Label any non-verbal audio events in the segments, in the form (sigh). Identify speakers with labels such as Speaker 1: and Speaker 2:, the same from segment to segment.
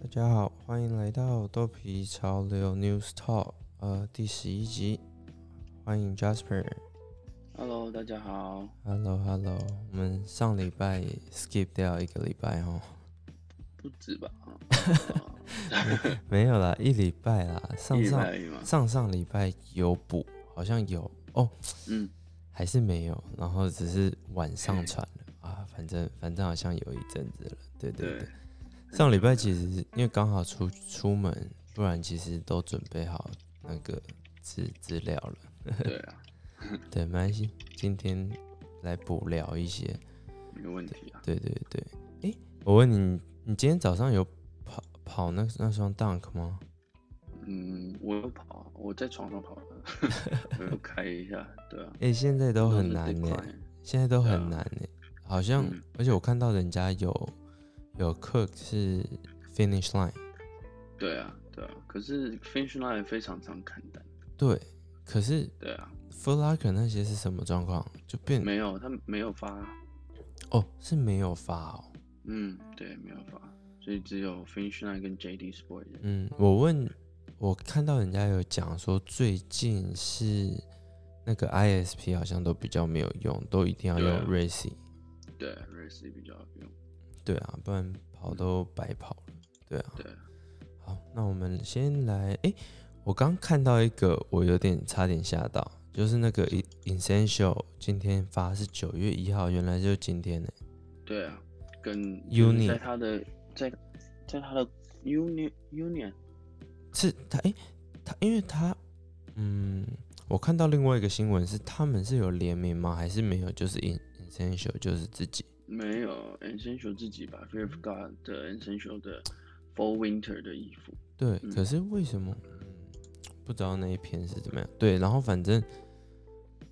Speaker 1: 大家好，欢迎来到豆皮潮流 News Talk，呃，第十一集，欢迎 Jasper。
Speaker 2: Hello，大家好。
Speaker 1: Hello，Hello，我们上礼拜 skip 掉一个礼拜哦，
Speaker 2: 不止
Speaker 1: (laughs)
Speaker 2: 吧？
Speaker 1: 没有啦，一礼拜啦，上
Speaker 2: 一
Speaker 1: 上
Speaker 2: 百嘛。
Speaker 1: 上上礼拜有补，好像有哦，
Speaker 2: 嗯，
Speaker 1: 还是没有，然后只是晚上传了啊，反正反正好像有一阵子了，对对对。
Speaker 2: 对。
Speaker 1: 上礼拜其实是因为刚好出出门，不然其实都准备好那个资资料了。
Speaker 2: 对啊，
Speaker 1: 对，没关系，今天来补聊一些。
Speaker 2: 没问题啊。
Speaker 1: 对对对，诶，我问你，你今天早上有跑跑那那双 dunk 吗？
Speaker 2: 嗯，我有跑，我在床上跑
Speaker 1: (laughs)
Speaker 2: 的，我有开一下。对啊，
Speaker 1: 诶，现在都
Speaker 2: 都
Speaker 1: 很难呢、
Speaker 2: 呢。
Speaker 1: 现在都
Speaker 2: 对啊
Speaker 1: 很难呢、好像、
Speaker 2: 嗯
Speaker 1: 而且我看到人家有有 cook 是 finish line，
Speaker 2: 对啊，对啊。可是 finish line 非常常看单。
Speaker 1: 对，可是
Speaker 2: 对啊，
Speaker 1: f o o l o c k e r 那些是什么状况？就变
Speaker 2: 没有，他没有发。
Speaker 1: 哦，是没有发哦。
Speaker 2: 嗯，对，没有发，所以只有 finish line 跟 JD Sport 的。
Speaker 1: 嗯，我问，我看到人家有讲说，最近是那个 ISP 好像都比较没有用，都一定要
Speaker 2: 对
Speaker 1: 用
Speaker 2: 啊
Speaker 1: Racy，
Speaker 2: 对 r a c e 比较有用。
Speaker 1: 对啊，不然
Speaker 2: 嗯
Speaker 1: 跑都白跑了。对啊，
Speaker 2: 对，
Speaker 1: 好，那我们先来，诶，我刚看到一个，我有点差点吓到，就是那个 In- Essential 今天发是九月一号，原来就是今天呢、
Speaker 2: 对啊，跟
Speaker 1: Uni
Speaker 2: 在他的在在他的 Union Union
Speaker 1: 是他诶，他因为他嗯，我看到另外一个新闻是他们是有联名吗？还是没有？就是 In Essential 就是自己
Speaker 2: 没有 Essential 自己吧 f e a r of God 的 Essential 的 Fall Winter 的衣服，
Speaker 1: 对，
Speaker 2: 嗯
Speaker 1: 可是为什么？嗯，不知道那一篇是怎么样。对，然后反正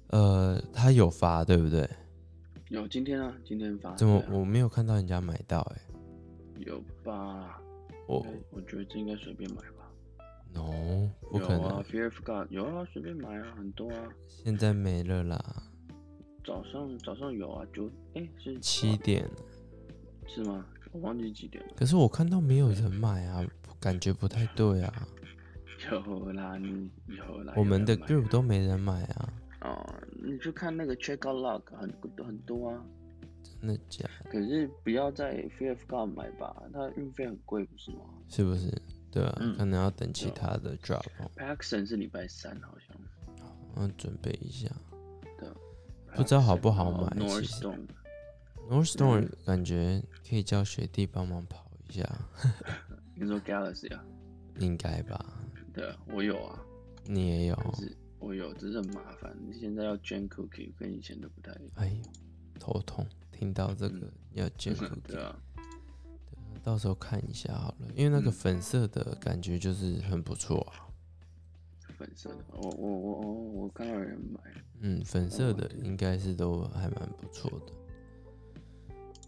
Speaker 1: 呃，他有发对不对？
Speaker 2: 有今天啊，今天发
Speaker 1: 怎么
Speaker 2: 对啊
Speaker 1: 我没有看到人家买到、欸？
Speaker 2: 有吧？
Speaker 1: 我
Speaker 2: 对我觉得这应该随便买吧。
Speaker 1: no，不
Speaker 2: 有
Speaker 1: 可能，
Speaker 2: 啊 f e a r of God 有啊，随便买啊，很多啊。
Speaker 1: 现在没了啦，
Speaker 2: 早上早上有啊，九哎是
Speaker 1: 七点。
Speaker 2: 是吗？我忘记几点了。
Speaker 1: 可是我看到没有人买啊，感觉不太对啊。
Speaker 2: 有啦，你有啦。
Speaker 1: 我们的
Speaker 2: 有人啊
Speaker 1: group 都没人买啊，
Speaker 2: 买哦，你去看那个 Checkout Log 很很多啊。
Speaker 1: 真的假的？
Speaker 2: 可是不要在 f e a r of God 买吧，它运费很贵，不是吗
Speaker 1: 是不是？对啊，
Speaker 2: 嗯
Speaker 1: 可能要等其
Speaker 2: 对啊
Speaker 1: 他的 drop，哦
Speaker 2: ？Paxson 是礼拜三好像。
Speaker 1: 嗯、准备一下。不
Speaker 2: 不
Speaker 1: 知道好不好买其
Speaker 2: North
Speaker 1: 实
Speaker 2: Stone，嗯
Speaker 1: North Stone 感觉可以叫学弟帮忙跑一下，
Speaker 2: 你说 Galaxy 啊？
Speaker 1: 应该吧？
Speaker 2: 对啊，我有啊，
Speaker 1: 你也有？
Speaker 2: 但是我有，只是很麻烦。现在要捐 cookie，跟以前都不太一样。
Speaker 1: 哎呦，头痛！听到这个要捐 c o
Speaker 2: 嗯 (laughs) 对啊，
Speaker 1: 到时候看一下好了，因为那个
Speaker 2: 嗯
Speaker 1: 粉色的感觉就是很不错啊。
Speaker 2: 粉色的，我我我我我看到有人买，
Speaker 1: 嗯，粉色
Speaker 2: 哦
Speaker 1: 的应该是都还蛮不错的。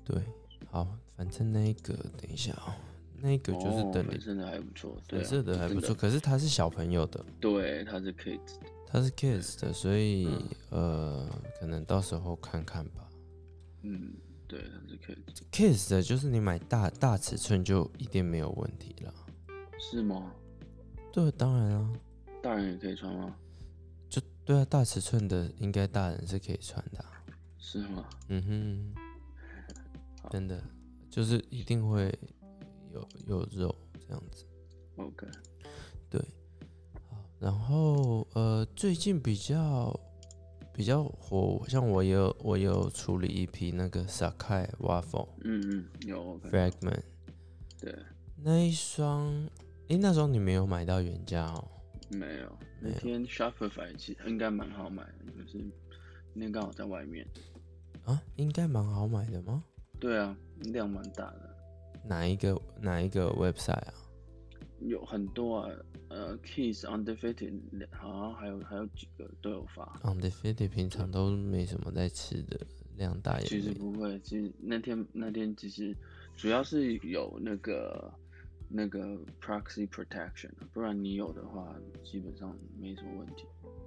Speaker 1: 对，好，反正那一个等一下哦，那一个就是
Speaker 2: 哦
Speaker 1: 等
Speaker 2: 粉
Speaker 1: 你
Speaker 2: 色的还不错，对啊，
Speaker 1: 粉色的还不
Speaker 2: 这
Speaker 1: 错，
Speaker 2: 个，
Speaker 1: 可是它是小朋友的，
Speaker 2: 对，它是 kids，的
Speaker 1: 它是 kids 的，所以、呃，可能到时候看看吧。
Speaker 2: 嗯，对，它是 kids，
Speaker 1: kids 的就是你买大大尺寸就一定没有问题了。
Speaker 2: 是吗？
Speaker 1: 对，当然啊，
Speaker 2: 大人也可以穿吗？
Speaker 1: 就对啊，大尺寸的应该大人是可以穿的啊、
Speaker 2: 是吗？
Speaker 1: 嗯哼嗯哼，真的就是一定会有有肉这样子。
Speaker 2: OK，
Speaker 1: 对，好，然后呃，最近比较比较火，像我也有我也有处理一批那个 Sakai Waffle
Speaker 2: 嗯嗯，有 OK，
Speaker 1: Fragment
Speaker 2: 对，
Speaker 1: 那一双，诶，那双你没有买到原价哦。
Speaker 2: 没有，
Speaker 1: 没
Speaker 2: 那
Speaker 1: 有
Speaker 2: 天 Shopify 其实应该蛮好买的，可是那天刚好在外面。
Speaker 1: 啊，应该蛮好买的吗？
Speaker 2: 对啊，量蛮大的，
Speaker 1: 哪一个哪一个 website 啊？
Speaker 2: 有很多啊，呃，Kiss Undefeated，好像还有还有几个都有发。
Speaker 1: o n d e f i t 平常都没什么在吃的，量大也
Speaker 2: 其实
Speaker 1: 没
Speaker 2: 不会，其实那天那天其实主要是有那个那个 proxy protection，不然你有的话基本上没什么问题。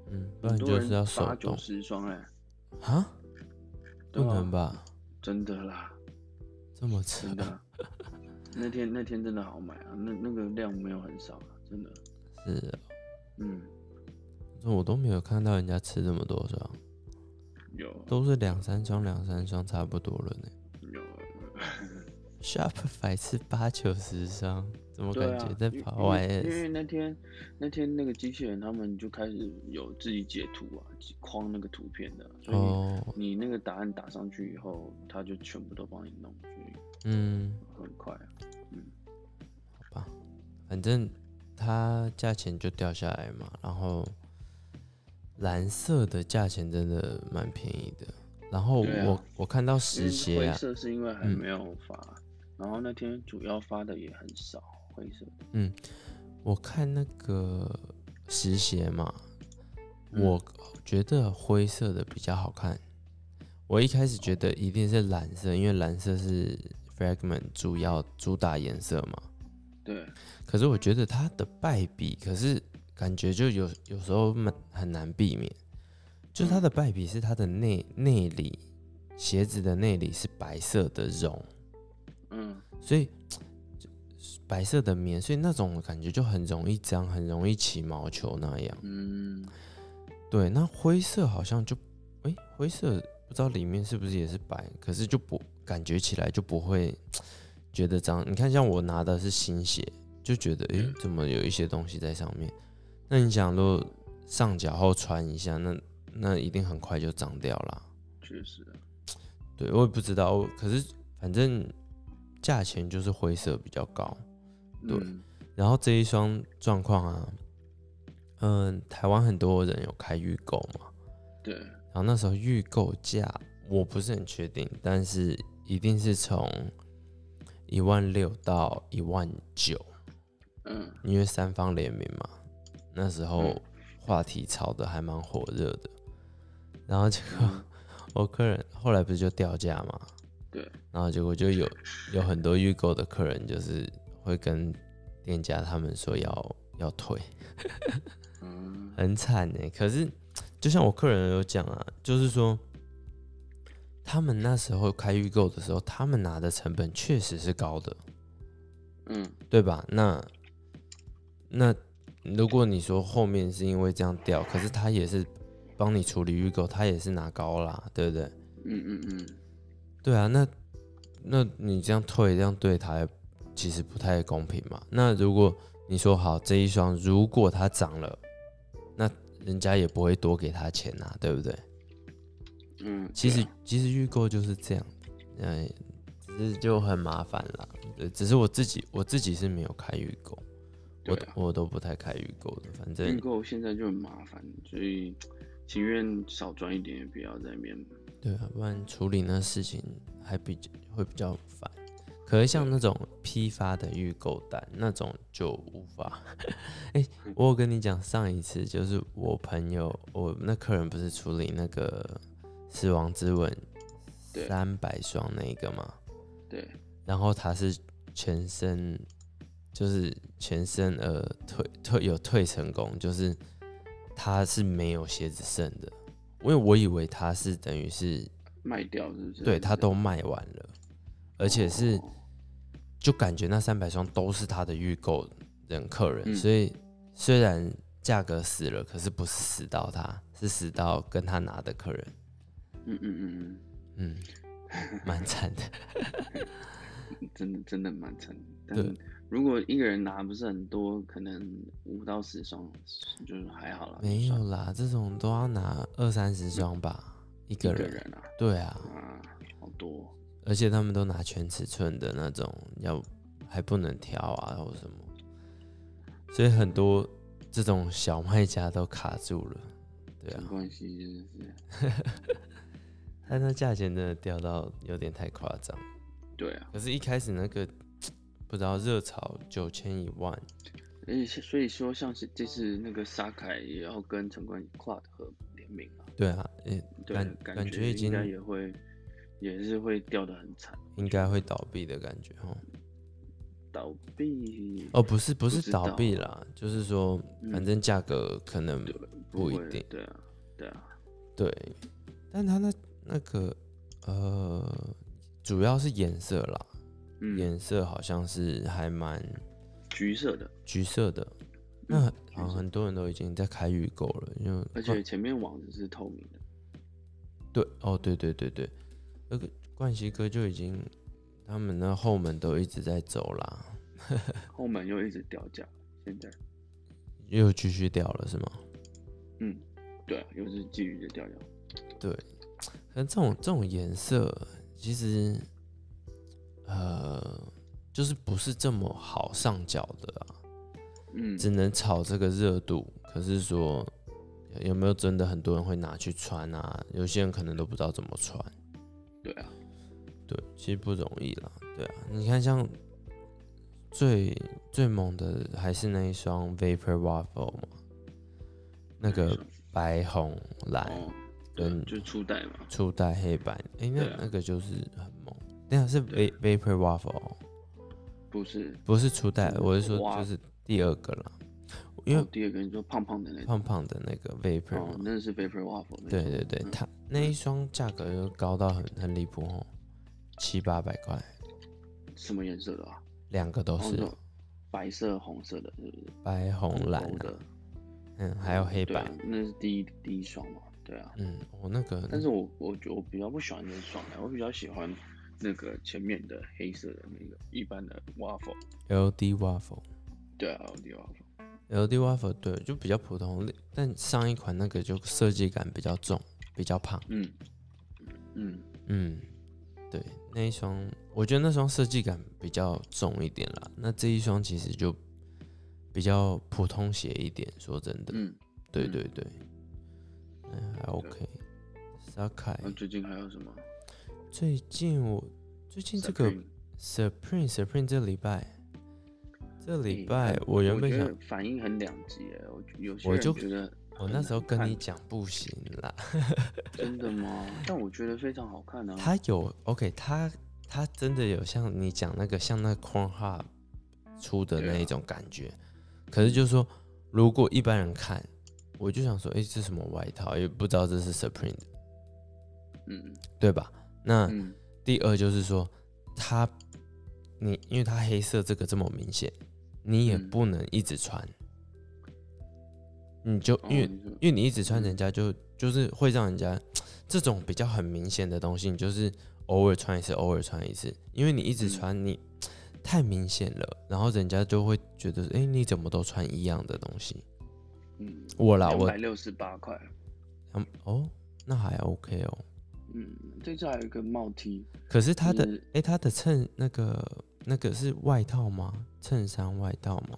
Speaker 1: 嗯，不然
Speaker 2: 很
Speaker 1: 就
Speaker 2: 多
Speaker 1: 是要
Speaker 2: 人
Speaker 1: 手
Speaker 2: 八九
Speaker 1: 动
Speaker 2: 十双哎，
Speaker 1: 啊？
Speaker 2: 对
Speaker 1: 不
Speaker 2: 啊
Speaker 1: 能吧？
Speaker 2: 真的啦，
Speaker 1: 这么吃
Speaker 2: 真的， (laughs) 那天那天真的好买啊，那那个量没有很少啊，真的。
Speaker 1: 是哦，
Speaker 2: 嗯，
Speaker 1: 这我都没有看到人家吃这么多双，
Speaker 2: 有
Speaker 1: 都是两三双两三双差不多了呢。
Speaker 2: 有。啊
Speaker 1: Shopify 是八九十双，怎么
Speaker 2: 对
Speaker 1: 感
Speaker 2: 啊
Speaker 1: 觉，在
Speaker 2: 因
Speaker 1: 跑
Speaker 2: 因为因
Speaker 1: YS？
Speaker 2: 为那天那天那个机器人他们就开始有自己截图啊，框那个图片的，所以
Speaker 1: 哦，
Speaker 2: 你那个答案打上去以后，他就全部都帮你弄，所以
Speaker 1: 嗯，
Speaker 2: 很快啊。
Speaker 1: 反正它价钱就掉下来嘛，然后蓝色的价钱真的蛮便宜的。然后
Speaker 2: 对啊
Speaker 1: 我、我看到
Speaker 2: 因
Speaker 1: 实
Speaker 2: 为
Speaker 1: 鞋
Speaker 2: 灰
Speaker 1: 啊，
Speaker 2: 色是因为还
Speaker 1: 嗯
Speaker 2: 没有发，然后那天主要发的也很少，灰色的。
Speaker 1: 嗯我看那个实鞋嘛，
Speaker 2: 嗯
Speaker 1: 我觉得灰色的比较好看。我一开始觉得一定是蓝色，因为蓝色是 Fragment 主要主打颜色嘛。
Speaker 2: 对，
Speaker 1: 可是我觉得它的败笔，可是感觉就有有时候蛮很难避免，就它的败笔是它的内内里鞋子的内里是白色的绒，
Speaker 2: 嗯，
Speaker 1: 所以就是白色的棉，所以那种感觉就很容易脏，很容易起毛球那样。
Speaker 2: 嗯，
Speaker 1: 对，那灰色好像就，诶，灰色不知道里面是不是也是白，可是就不感觉起来就不会觉得脏。你看，像我拿的是新鞋，就觉得诶，
Speaker 2: 嗯
Speaker 1: 怎么有一些东西在上面？那你想，如果上脚后穿一下，那那一定很快就脏掉啦。
Speaker 2: 确实啊，
Speaker 1: 对，我也不知道，我可是反正价钱就是灰色比较高。对
Speaker 2: 嗯
Speaker 1: 然后这一双状况啊，嗯，台湾很多人有开预购嘛，
Speaker 2: 对，
Speaker 1: 然后那时候预购价我不是很确定，但是一定是从一万六到一万九，
Speaker 2: 嗯
Speaker 1: 因为三方联名嘛，那时候
Speaker 2: 嗯
Speaker 1: 话题炒的还蛮火热的。然后结
Speaker 2: 嗯
Speaker 1: 果我客人后来不是就掉价嘛，
Speaker 2: 对，
Speaker 1: 然后结果就有有很多预购的客人就是会跟店家他们说要要退，
Speaker 2: 嗯，
Speaker 1: 很惨呢。可是就像我客人有讲啊，就是说他们那时候开预购的时候，他们拿的成本确实是高的，
Speaker 2: 嗯，
Speaker 1: 对吧？那那如果你说后面是因为这样掉，可是他也是帮你处理预购，他也是拿高啦，对不对？
Speaker 2: 嗯嗯嗯，
Speaker 1: 对啊，那那你这样退，这样对他其实不太公平嘛。那如果你说好这一双，如果它涨了，那人家也不会多给他钱啊，对不对？
Speaker 2: 嗯，
Speaker 1: 其
Speaker 2: 对
Speaker 1: 实
Speaker 2: 啊
Speaker 1: 其实预购就是这样，嗯，只是就很麻烦啦。呃只是我自己我自己是没有开预购，我
Speaker 2: 对
Speaker 1: 都
Speaker 2: 啊嗯
Speaker 1: 我都不太开预购的，反正
Speaker 2: 预购现在就很麻烦，所以情愿少赚一点，也不要在那边。
Speaker 1: 对啊，不然处理那事情还比较会比较烦。可是像那种批发的预购单那种就无法。 (laughs) 哎、
Speaker 2: 嗯
Speaker 1: 我有跟你讲，上一次就是我朋友，我那客人不是处理那个《死亡之吻
Speaker 2: 对》
Speaker 1: 三百双那个嘛，
Speaker 2: 对，
Speaker 1: 然后他是全身就是全身呃退退有退成功，就是他是没有鞋子剩的，因为我以为他是等于是
Speaker 2: 卖掉是不是？
Speaker 1: 对他都卖完了，而且是
Speaker 2: 哦
Speaker 1: 就感觉那三百双都是他的预购人客人，
Speaker 2: 嗯
Speaker 1: 所以虽然价格死了，可是不是死到他，是死到跟他拿的客人，
Speaker 2: 嗯嗯
Speaker 1: 嗯，蛮惨的。
Speaker 2: 嗯嗯，真的真的蛮惨的。
Speaker 1: 对
Speaker 2: 但如果一个人拿不是很多，可能五到十双，就是还好啦。
Speaker 1: 没
Speaker 2: 就
Speaker 1: 有
Speaker 2: 算
Speaker 1: 啦，这种都要拿二三十双吧，一个
Speaker 2: 一个
Speaker 1: 人。
Speaker 2: 人啊，
Speaker 1: 对啊，
Speaker 2: 啊，好多。
Speaker 1: 而且他们都拿全尺寸的那种，要还不能挑啊，或什么，所以很多这种小卖家都卡住了。对啊
Speaker 2: 没，关系，真的是。
Speaker 1: 但那价钱真的掉到有点太夸张。
Speaker 2: 对啊，
Speaker 1: 可是，一开始那个不知道热炒九千一万，
Speaker 2: 而且所以说，像是这次那个沙凯也要跟陈冠希 Cloud 合联名啊，
Speaker 1: 对啊，诶，
Speaker 2: 对，
Speaker 1: 感
Speaker 2: 感
Speaker 1: 感觉已
Speaker 2: 应该
Speaker 1: 经
Speaker 2: 也会，也是会掉的很惨，
Speaker 1: 应该会倒闭的感觉哦。
Speaker 2: 倒闭
Speaker 1: 哦，不是，不
Speaker 2: 不
Speaker 1: 是
Speaker 2: 知
Speaker 1: 倒
Speaker 2: 道
Speaker 1: 闭啦，就是说，反
Speaker 2: 嗯
Speaker 1: 正价格可能
Speaker 2: 对
Speaker 1: 不一
Speaker 2: 会
Speaker 1: 定
Speaker 2: 对啊，对啊，
Speaker 1: 对，但它那那个呃，主要是颜色啦，
Speaker 2: 嗯，
Speaker 1: 颜色好像是还蛮
Speaker 2: 橘色的，
Speaker 1: 橘色的，那
Speaker 2: 嗯
Speaker 1: 很
Speaker 2: 橘
Speaker 1: 好像
Speaker 2: 色，
Speaker 1: 很多人都已经在开预购了，因为
Speaker 2: 而且前面网子是透明的，
Speaker 1: 对，哦，对对对对，那个冠希哥就已经，他们的后门都一直在走啦，
Speaker 2: 后门又一直掉价，现在，
Speaker 1: 又继续掉了是吗？
Speaker 2: 嗯，对啊，又是继续的掉价，
Speaker 1: 对，可能这种这种颜色其实，呃，就是不是这么好上脚的啊，
Speaker 2: 嗯，
Speaker 1: 只能炒这个热度。可是说有没有真的很多人会拿去穿啊？有些人可能都不知道怎么穿。
Speaker 2: 对啊，
Speaker 1: 对，其实不容易啦。对啊，你看像最最猛的还是那一双 Vapor Waffle 嘛，那
Speaker 2: 没
Speaker 1: 个
Speaker 2: 错
Speaker 1: 白红蓝
Speaker 2: 哦，对
Speaker 1: 跟，
Speaker 2: 就初代嘛，
Speaker 1: 初代黑白，诶，那
Speaker 2: 对啊
Speaker 1: 那个就是很猛。那个是 Va
Speaker 2: 对啊
Speaker 1: Vapor Waffle，哦
Speaker 2: 不是，
Speaker 1: 不是初代，
Speaker 2: 是
Speaker 1: 我是说
Speaker 2: 哇
Speaker 1: 就是第二个啦，因
Speaker 2: 哦
Speaker 1: 为
Speaker 2: 第二个你说胖胖的那种，
Speaker 1: 胖胖的那个 Vapor
Speaker 2: 哦，
Speaker 1: 嘛，
Speaker 2: 那是 Vapor Waffle，没
Speaker 1: 对
Speaker 2: 错
Speaker 1: 对对，它那一双价格就高到很很离谱哦，七八百块，
Speaker 2: 什么颜色的啊？
Speaker 1: 两个都
Speaker 2: 哦，
Speaker 1: 是
Speaker 2: 那种白色、红色的，对不对？
Speaker 1: 白红蓝
Speaker 2: 勾
Speaker 1: 啊，
Speaker 2: 的，
Speaker 1: 嗯，还有黑
Speaker 2: 对
Speaker 1: 白
Speaker 2: 啊，，那是第一第一双嘛，对啊。
Speaker 1: 嗯，我那个
Speaker 2: 但是我我觉得我比较不喜欢那双的，我比较喜欢那个前面的黑色的那个一般的 waffle，
Speaker 1: LD Waffle，LD
Speaker 2: 对啊，LD waffle，
Speaker 1: Waffle 对，就比较普通，但上一款那个就设计感比较重，比较胖，
Speaker 2: 嗯嗯，
Speaker 1: 嗯，对，那一双我觉得那双设计感比较重一点啦，那这一双其实就比较普通鞋一点，说真的，
Speaker 2: 嗯，
Speaker 1: 对
Speaker 2: 嗯
Speaker 1: 对对，嗯，还 OK。沙凯
Speaker 2: 然后最近还有什么？
Speaker 1: 最近我最近这个
Speaker 2: Supreme
Speaker 1: Supreme Supreme 这礼拜，这礼
Speaker 2: 哎
Speaker 1: 拜
Speaker 2: 很
Speaker 1: 我原
Speaker 2: 我
Speaker 1: 本
Speaker 2: 觉
Speaker 1: 想
Speaker 2: 得反应很两极耶，我有些
Speaker 1: 我
Speaker 2: 人
Speaker 1: 就
Speaker 2: 觉得
Speaker 1: 我
Speaker 2: 很
Speaker 1: 那时候
Speaker 2: 难
Speaker 1: 跟
Speaker 2: 看
Speaker 1: 你讲不行啦，
Speaker 2: 真的吗？但我觉得非常好看啊，
Speaker 1: 他有 OK，他他真的有像你讲那个像那 Corn Hub 出的
Speaker 2: 对
Speaker 1: 那
Speaker 2: 啊
Speaker 1: 一种感觉，可是就是说如果一般人看，我就想说，诶，这什么外套，也不知道这是 Supreme 的，
Speaker 2: 嗯
Speaker 1: 对吧？那
Speaker 2: 嗯
Speaker 1: 第二就是说，他你因为他黑色这个这么明显，你也
Speaker 2: 嗯
Speaker 1: 不能一直穿，你就
Speaker 2: 哦
Speaker 1: 因为
Speaker 2: 你说
Speaker 1: 因为你一直穿，
Speaker 2: 嗯
Speaker 1: 人家就就是会让人家这种比较很明显的东西，你就是偶尔穿一次，偶尔穿一次，因为你一直
Speaker 2: 嗯
Speaker 1: 穿你太明显了，然后人家就会觉得，哎、你怎么都穿一样的东西？
Speaker 2: 嗯，
Speaker 1: 啊我啦，
Speaker 2: 两
Speaker 1: 我
Speaker 2: 百六十八块，
Speaker 1: 嗯哦，那还 OK 哦。
Speaker 2: 嗯，这次还有一个帽 T，
Speaker 1: 可是他的
Speaker 2: 就是
Speaker 1: 哎、他的衬那个那个是外套吗？衬衫外套吗？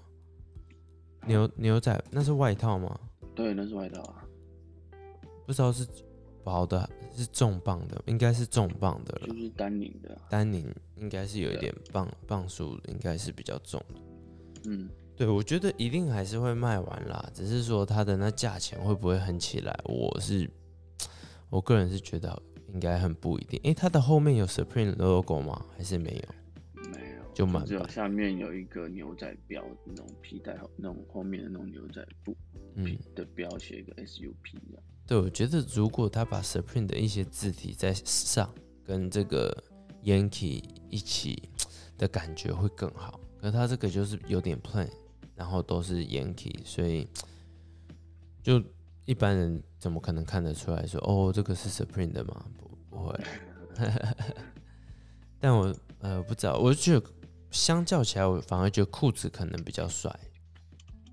Speaker 1: 牛牛仔那是外套吗？
Speaker 2: 对，那是外套啊，
Speaker 1: 不知道是薄的，是重磅的，应该是重磅的了
Speaker 2: 就。是丹宁的啊，
Speaker 1: 丹宁应该是有一
Speaker 2: 对
Speaker 1: 点磅磅数，应该是比较重的。
Speaker 2: 嗯，
Speaker 1: 对，我觉得一定还是会卖完啦，只是说它的那价钱会不会很起来，我是我个人是觉得应该很不一定。诶，它的后面有 Supreme logo 吗？还是没有？
Speaker 2: 没有，
Speaker 1: 就满
Speaker 2: 只有
Speaker 1: 版
Speaker 2: 下面有一个牛仔标，那种皮带，那种后面的那种牛仔布
Speaker 1: 嗯，
Speaker 2: 的标写一个 SUP 这样，
Speaker 1: 对，我觉得如果他把 Supreme 的一些字体在上，跟这个 Yankee 一起的感觉会更好。可他这个就是有点 plain，然后都是 Yankee，所以就一般人怎么可能看得出来说哦，这个是 Supreme 的吗？不，不会。 (laughs) 但我呃不知道，我就觉得相较起来，我反而觉得裤子可能比较帅。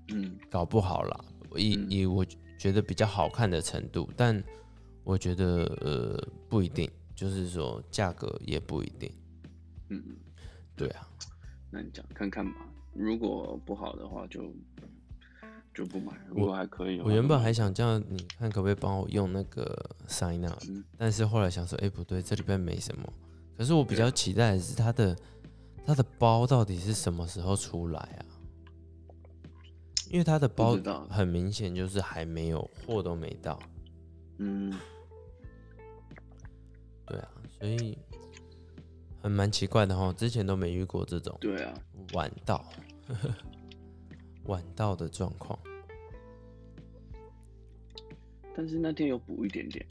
Speaker 2: 嗯
Speaker 1: 搞不好啦，以、
Speaker 2: 嗯
Speaker 1: 以我觉得比较好看的程度，但我觉得呃不一定，就是说价格也不一定，
Speaker 2: 嗯嗯，
Speaker 1: 对啊，
Speaker 2: 那你讲看看吧，如果不好的话就就不买，如果还可以的话
Speaker 1: 我
Speaker 2: 就买，
Speaker 1: 原本还想叫你看可不可以帮我用那个 sign up，
Speaker 2: 嗯
Speaker 1: 但是后来想说，哎、不对，这里边没什么，可是我比
Speaker 2: 对啊
Speaker 1: 较期待的是它的它的包到底是什么时候出来啊？因为它的包
Speaker 2: 知道
Speaker 1: 很明显就是还没有货都没到，
Speaker 2: 嗯。
Speaker 1: 对啊，所以很蛮奇怪的哈，之前都没遇过这种
Speaker 2: 对啊，
Speaker 1: 晚到 (laughs) 晚到的状况。
Speaker 2: 但是那天有补一点点，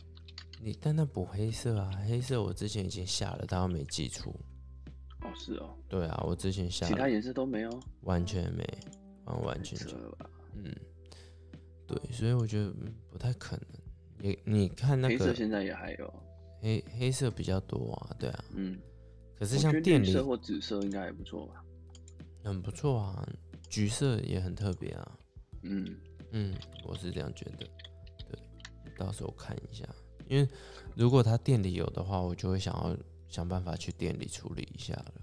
Speaker 1: 你但那补黑色啊，黑色我之前已经下了，但我没寄出。
Speaker 2: 哦，是哦，
Speaker 1: 对啊，我之前下
Speaker 2: 其他颜色都没有，
Speaker 1: 完全没，完完全
Speaker 2: 扯
Speaker 1: 全，
Speaker 2: 了吧？
Speaker 1: 嗯，对，所以我觉得嗯不太可能。也你看那
Speaker 2: 黑色
Speaker 1: 个
Speaker 2: 现在也还有，
Speaker 1: 黑黑色比较多啊，对啊。
Speaker 2: 嗯，
Speaker 1: 可
Speaker 2: 我
Speaker 1: 是
Speaker 2: 觉得
Speaker 1: 像店
Speaker 2: 绿
Speaker 1: 里
Speaker 2: 色或紫色应该也不错吧？
Speaker 1: 很不错啊，橘色也很特别啊。
Speaker 2: 嗯，
Speaker 1: 嗯，我是这样觉得。对，到时候看一下，因为如果他店里有的话，我就会想要想办法去店里处理一下了。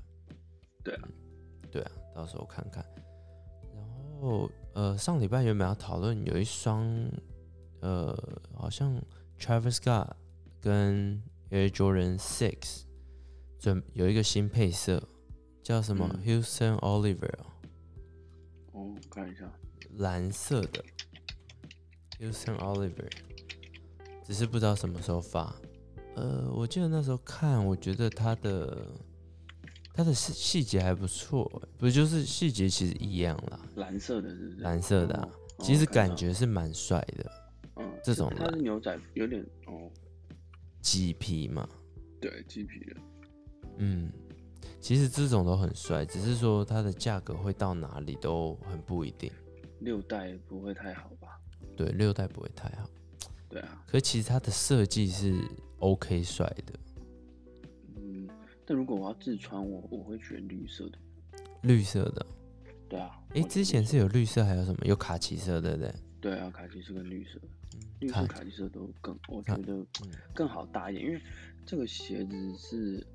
Speaker 2: 对啊
Speaker 1: 嗯，对啊，到时候看看。然后呃，上礼拜原本要讨论有一双呃，好像 Travis Scott 跟 Air Jordan Six 准有一个新配色，叫什么、
Speaker 2: 嗯
Speaker 1: Houston Oliver 哦
Speaker 2: 哦，看一下，
Speaker 1: 蓝色的 Houston Oliver，只是不知道什么时候发。呃，我记得那时候看，我觉得它的它的细细节还不错欸，不是就是细节其实一样啦，
Speaker 2: 蓝色的是不是？
Speaker 1: 蓝色的啊
Speaker 2: 哦哦
Speaker 1: 其实
Speaker 2: 我看
Speaker 1: 感
Speaker 2: 到
Speaker 1: 觉是蛮帅的，
Speaker 2: 嗯，
Speaker 1: 这种
Speaker 2: 它
Speaker 1: 蓝
Speaker 2: 是牛仔，有点哦，
Speaker 1: 鸡皮嘛，
Speaker 2: 对，鸡皮的，
Speaker 1: 嗯，其实这种都很帅，只是说它的价格会到哪里都很不一定。
Speaker 2: 六代不会太好吧？
Speaker 1: 对，六代不会太好，
Speaker 2: 对啊，
Speaker 1: 可是其实它的设计是 OK 帅的，
Speaker 2: 嗯，但如果我要自穿，我我会选绿色的，
Speaker 1: 绿色的。
Speaker 2: 对啊，
Speaker 1: 诶，
Speaker 2: 我
Speaker 1: 之前是有绿色，还有什么？有卡其色，对不对？
Speaker 2: 对啊，卡其色跟绿色的，绿
Speaker 1: 卡
Speaker 2: 色卡其色都更，我
Speaker 1: 卡
Speaker 2: 觉得
Speaker 1: 嗯
Speaker 2: 更好搭一点，因为这个鞋子是，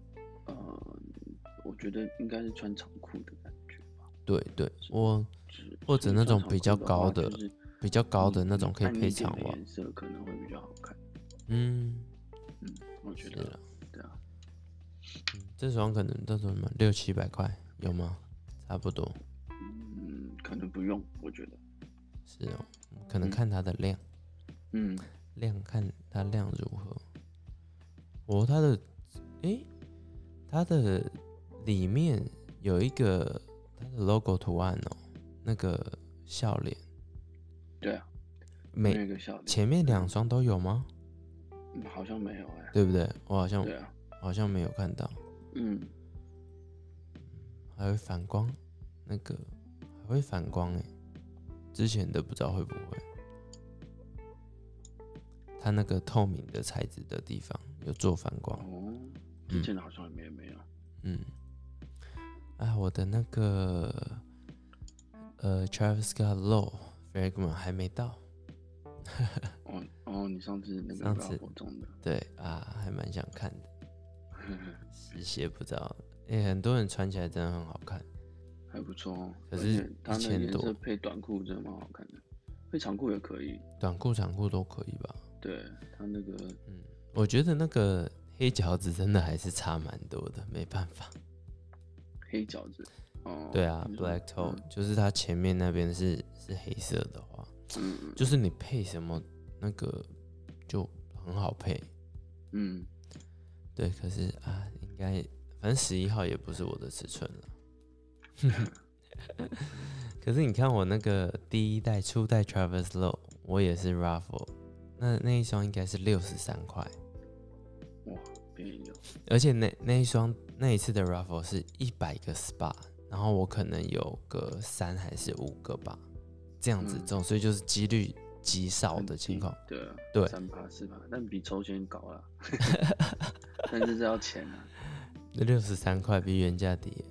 Speaker 2: 呃，我觉得应该是穿长裤的感觉吧，
Speaker 1: 对对，我
Speaker 2: 就是
Speaker 1: 或者
Speaker 2: 你
Speaker 1: 那
Speaker 2: 穿
Speaker 1: 种
Speaker 2: 长
Speaker 1: 比
Speaker 2: 裤
Speaker 1: 较
Speaker 2: 的
Speaker 1: 高
Speaker 2: 话
Speaker 1: 的
Speaker 2: 就是
Speaker 1: 比较高
Speaker 2: 你
Speaker 1: 的那
Speaker 2: 你
Speaker 1: 种可以
Speaker 2: 嗯暗
Speaker 1: 配
Speaker 2: 一点
Speaker 1: 长
Speaker 2: 的
Speaker 1: 袜。
Speaker 2: 颜色可能会比较好看，
Speaker 1: 嗯，
Speaker 2: 嗯，我觉
Speaker 1: 是
Speaker 2: 得
Speaker 1: 啦，
Speaker 2: 对啊，
Speaker 1: 嗯这双可能到时候什么六七百块有吗？差不多
Speaker 2: 嗯，可能不用，我觉得，
Speaker 1: 是哦，可能
Speaker 2: 嗯
Speaker 1: 看它的量
Speaker 2: 嗯。
Speaker 1: 量，看它量如何。哦，它的诶，它的里面有一个它的 logo 图案哦，那个笑脸，
Speaker 2: 对啊，
Speaker 1: 每
Speaker 2: 那个小的，
Speaker 1: 前面两双都有吗？
Speaker 2: 嗯好像没有哎、
Speaker 1: 对不对？我好像
Speaker 2: 对啊，
Speaker 1: 好像没有看到，
Speaker 2: 嗯，
Speaker 1: 还会反光，那个还会反光哎、之前的不知道会不会。它那个透明的材质的地方有做反光，
Speaker 2: 哦，
Speaker 1: 嗯
Speaker 2: 之前的好像也没有没有，
Speaker 1: 嗯，啊，我的那个呃 Travis Scott Low Fragment 还没到，
Speaker 2: 哦哦，你上次那个
Speaker 1: 上
Speaker 2: 不要
Speaker 1: 次
Speaker 2: 活动的，
Speaker 1: 对啊，还蛮想看的。实鞋不知道，哎、很多人穿起来真的很好看，
Speaker 2: 还不错哦，
Speaker 1: 可
Speaker 2: 而
Speaker 1: 是
Speaker 2: 且它
Speaker 1: 一
Speaker 2: 那
Speaker 1: 千
Speaker 2: 个颜
Speaker 1: 多
Speaker 2: 色配短裤真的蛮好看的，配长裤也可以，
Speaker 1: 短裤、长裤都可以吧？
Speaker 2: 对，它那个
Speaker 1: 我觉得那个黑脚趾真的还是差蛮多的，没办法。
Speaker 2: 黑脚子，哦，
Speaker 1: 对啊
Speaker 2: 你说
Speaker 1: ，black toe 就是它前面那边是是黑色的话，
Speaker 2: 嗯嗯
Speaker 1: 就是你配什么那个就很好配。
Speaker 2: 嗯，
Speaker 1: 对，可是啊，应该反正十一号也不是我的尺寸了。 (laughs) 可是你看我那个第一代初代 Travis Low，我也是 Raffle，那那一双应该是六十三块。
Speaker 2: 哇，便宜哦，
Speaker 1: 而且那那一双那一次的 raffle 是一百个 SPA，然后我可能有个三还是五个吧，这样子
Speaker 2: 嗯
Speaker 1: 中，所以就是几率极少
Speaker 2: 很
Speaker 1: 的情
Speaker 2: 低
Speaker 1: 况。，
Speaker 2: 对啊
Speaker 1: 对
Speaker 2: 三趴四趴，但比抽签高啦， (laughs) 但是这要钱啊，
Speaker 1: 那六十三块比原价低耶，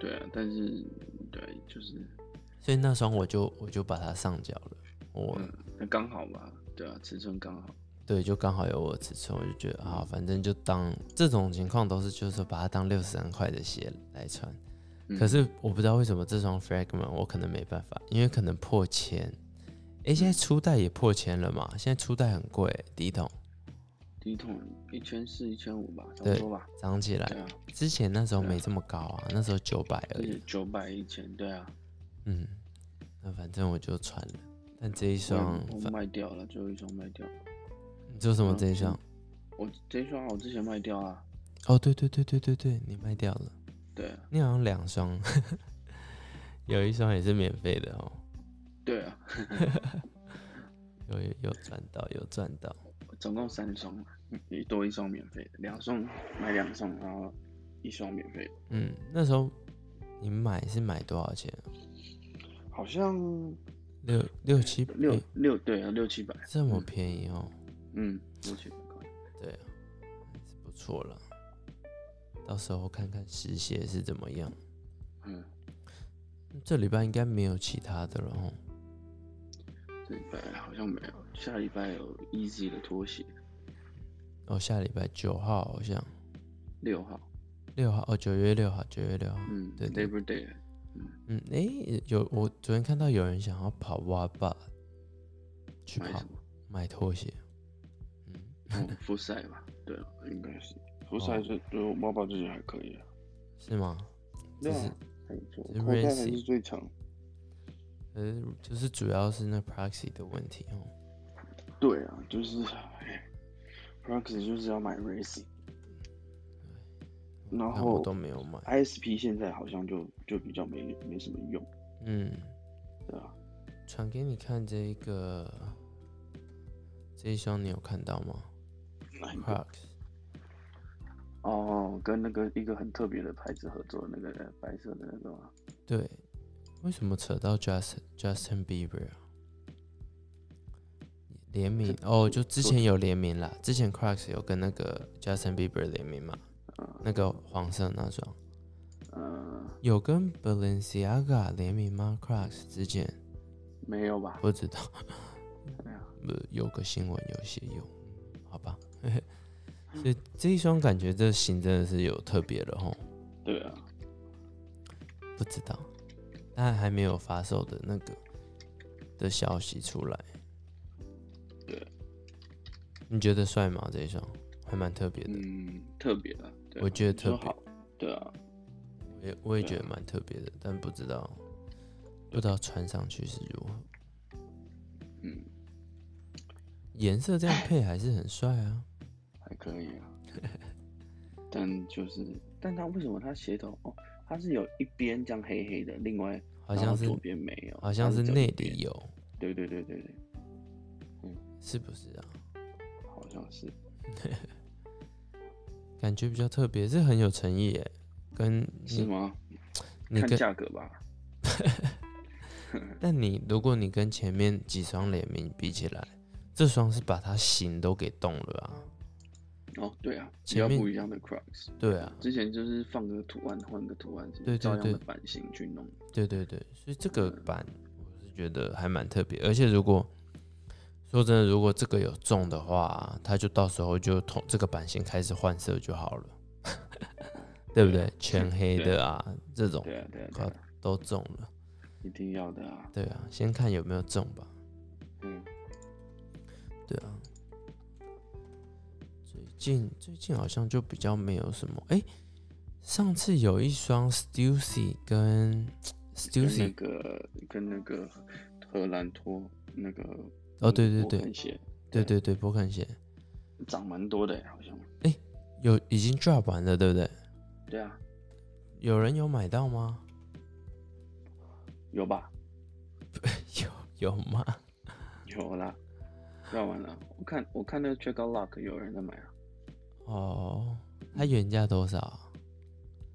Speaker 2: 对啊，但是对，就是
Speaker 1: 所以那双我就我就把它上脚了。我、
Speaker 2: 嗯，那刚好吧，对啊，尺寸刚好，
Speaker 1: 对就刚好有我的尺寸，我就觉得啊，反正就当这种情况都是就是说把它当六十三块的鞋来穿。
Speaker 2: 嗯
Speaker 1: 可是我不知道为什么这双 Fragment 我可能没办法，因为可能破千。诶，现在
Speaker 2: 嗯
Speaker 1: 初代也破千了嘛？现在初代很贵、第一桶
Speaker 2: 第一桶一千四、一千五吧，差
Speaker 1: 对
Speaker 2: 不多吧。
Speaker 1: 涨起
Speaker 2: 对
Speaker 1: 来。
Speaker 2: 啊，
Speaker 1: 之前那时候
Speaker 2: 对啊
Speaker 1: 没这么高啊，那时候九百而
Speaker 2: 而且
Speaker 1: 已。
Speaker 2: 九百、一千，对啊，
Speaker 1: 嗯，那反正我就穿了。但这一双，
Speaker 2: 嗯我
Speaker 1: 反
Speaker 2: 卖掉了，最后一双卖掉。
Speaker 1: 你做什么
Speaker 2: 嗯
Speaker 1: 这一双？
Speaker 2: 我这一双我之前卖掉啊，
Speaker 1: 哦，对对对对对对，你卖掉了。
Speaker 2: 对啊
Speaker 1: 你好像两双， (laughs) 有一双也是免费的哦。
Speaker 2: 对啊， (laughs)
Speaker 1: 有有有赚到，有赚到。
Speaker 2: 我总共三双，嗯多一双免费的，两双买两双，然后一双免费的，
Speaker 1: 嗯，那时候你买是买多少钱？啊
Speaker 2: 好像
Speaker 1: 六六七
Speaker 2: 六、
Speaker 1: 诶
Speaker 2: 六对啊，六七百，
Speaker 1: 这么便宜哦，
Speaker 2: 嗯，六七百块。
Speaker 1: 对啊，还是不错了。到时候看看实鞋是怎么样。
Speaker 2: 嗯，
Speaker 1: 这礼拜应该没有其他的了哦。
Speaker 2: 这礼拜嗯好像没有，下礼拜有 Easy 的拖鞋，
Speaker 1: 哦，下礼拜九号好像
Speaker 2: 六号，
Speaker 1: 六号哦，九月六号，九月六号。
Speaker 2: 嗯
Speaker 1: 对对
Speaker 2: ，Labor Day，
Speaker 1: 嗯，诶，有我昨天看到有人想要跑哇吧，去
Speaker 2: 买
Speaker 1: 跑
Speaker 2: 什么？
Speaker 1: 买拖鞋。嗯，
Speaker 2: 哦，复赛吧，对啊，应该是复赛
Speaker 1: 哦
Speaker 2: 这对我爸爸这些还可以啊，
Speaker 1: 是吗？
Speaker 2: 对
Speaker 1: 这是
Speaker 2: 啊，还不错，
Speaker 1: 这是
Speaker 2: 口袋还
Speaker 1: Rancy
Speaker 2: 是最长，
Speaker 1: 呃，就是主要是那 proxy 的问题哦。
Speaker 2: 对啊，就是哎 Prox 就是要买 Racy，然
Speaker 1: 看嗯我
Speaker 2: 后
Speaker 1: 都没有买。
Speaker 2: ISP 现在好像就就比较没没什么用，
Speaker 1: 嗯，
Speaker 2: 对啊，
Speaker 1: 传给你看这一个，这一双你有看到吗
Speaker 2: 哪一个？
Speaker 1: ？Crocs，
Speaker 2: 哎哦，跟那个一个很特别的牌子合作的那个白色的那个吗？
Speaker 1: 对，为什么扯到 Justin Justin Bieber 啊？联名哦，就之前有联名啦，之前 Crocs 有跟那个 Justin Bieber 联名嘛，那个黄色那双
Speaker 2: 呃，
Speaker 1: 有跟 Balenciaga 联名吗？Crocs 之前
Speaker 2: 没有吧？
Speaker 1: 不知道，
Speaker 2: 对啊，
Speaker 1: 呃，有个新闻有写有，好吧， (laughs) 所以这一双感觉这型真的是有特别的吼。
Speaker 2: 对啊，
Speaker 1: 不知道，但还没有发售的那个的消息出来。
Speaker 2: 对，
Speaker 1: 你觉得帅吗？这一双还蛮特别的，
Speaker 2: 嗯，特别啊，对啊
Speaker 1: 我觉得特
Speaker 2: 说
Speaker 1: 别
Speaker 2: 好，对啊，
Speaker 1: 我也我也
Speaker 2: 对
Speaker 1: 觉得蛮特别的，但不知道不知道穿上去是如何。
Speaker 2: 嗯，
Speaker 1: 颜色这样配还是很帅啊。
Speaker 2: (coughs) 还可以啊， (laughs) 但就是，但它为什么它鞋头哦，它是有一边这样黑黑的，另外
Speaker 1: 好
Speaker 2: 然后
Speaker 1: 像是
Speaker 2: 左边没有，
Speaker 1: 好像
Speaker 2: 它
Speaker 1: 是
Speaker 2: 只有
Speaker 1: 内
Speaker 2: 一边
Speaker 1: 里，有，
Speaker 2: 对对对对对，
Speaker 1: 是不是啊？
Speaker 2: 好像是，
Speaker 1: 感觉比较特别，是很有诚意耶。跟
Speaker 2: 是
Speaker 1: 你
Speaker 2: 吗？
Speaker 1: 你
Speaker 2: 看
Speaker 1: 跟
Speaker 2: 价格吧，
Speaker 1: 但你如果你跟前面几双联名比起来，这双是把它型都给动了啊。
Speaker 2: 哦，对啊，比
Speaker 1: 前
Speaker 2: 较
Speaker 1: 面
Speaker 2: 不一样的 Crocs，
Speaker 1: 对啊，
Speaker 2: 之前就是放个图案，换个图案，什么
Speaker 1: 对对
Speaker 2: 照样的
Speaker 1: 对哦
Speaker 2: 版型去弄，
Speaker 1: 对对对，所以这个版我是觉得还蛮特别，而且如果说真的，如果这个有中的话，它就到时候就同这个版型开始换色就好了， (laughs) 对不对？全黑的啊，这种
Speaker 2: 对啊对啊对
Speaker 1: 好
Speaker 2: 啊，
Speaker 1: 都中了，
Speaker 2: 一定要的啊，
Speaker 1: 对啊，先看有没有中吧，
Speaker 2: 嗯，
Speaker 1: 对啊。最近最近好像就比较没有什么，哎、上次有一双 Stussy 跟
Speaker 2: 跟那
Speaker 1: Stussy
Speaker 2: 个跟那个荷兰拖那个
Speaker 1: 哦，对对
Speaker 2: 勃
Speaker 1: 对
Speaker 2: 肯鞋
Speaker 1: 对对对，勃肯鞋。
Speaker 2: 涨蛮多的，欸好像，
Speaker 1: 有已经 drop 完了，对不对？
Speaker 2: 对啊，
Speaker 1: 有人有买到吗？
Speaker 2: 有吧？
Speaker 1: 有有吗？
Speaker 2: 有啦，要完了。我看我看那个 Check Out Luck 有人在买啊，
Speaker 1: 哦，它原价多少啊？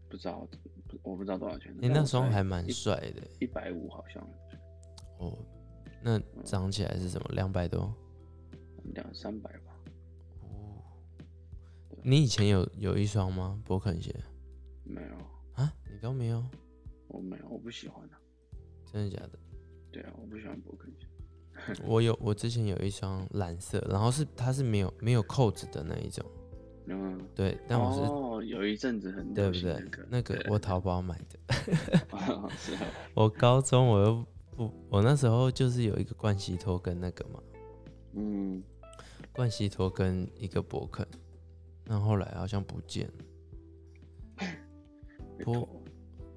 Speaker 2: 不知道不我不知道多少钱。
Speaker 1: 你、那双还蛮帅的
Speaker 2: 一百五好像，
Speaker 1: 哦。那涨起来是什么？两百多？
Speaker 2: 两三百吧。
Speaker 1: 你以前有有一双吗？勃肯鞋
Speaker 2: 没有，
Speaker 1: 啊？你都没有？
Speaker 2: 我没有，我不喜欢啊。
Speaker 1: 真的假的？
Speaker 2: 对啊，我不喜欢勃肯鞋。
Speaker 1: 我有，我之前有一双蓝色，然后是它是没有没有扣子的那一种，
Speaker 2: 嗯，
Speaker 1: 对，但我是、
Speaker 2: 哦，有一阵子很
Speaker 1: 对
Speaker 2: 流
Speaker 1: 不
Speaker 2: 行
Speaker 1: 对
Speaker 2: 那个？
Speaker 1: 那个我淘宝买的。 (laughs)
Speaker 2: (laughs) 我是啊，
Speaker 1: 我高中我又不，我那时候就是有一个冠希托跟那个嘛，
Speaker 2: 嗯，
Speaker 1: 冠希托跟一个勃肯，那后来好像不见了。
Speaker 2: 没
Speaker 1: 不
Speaker 2: 错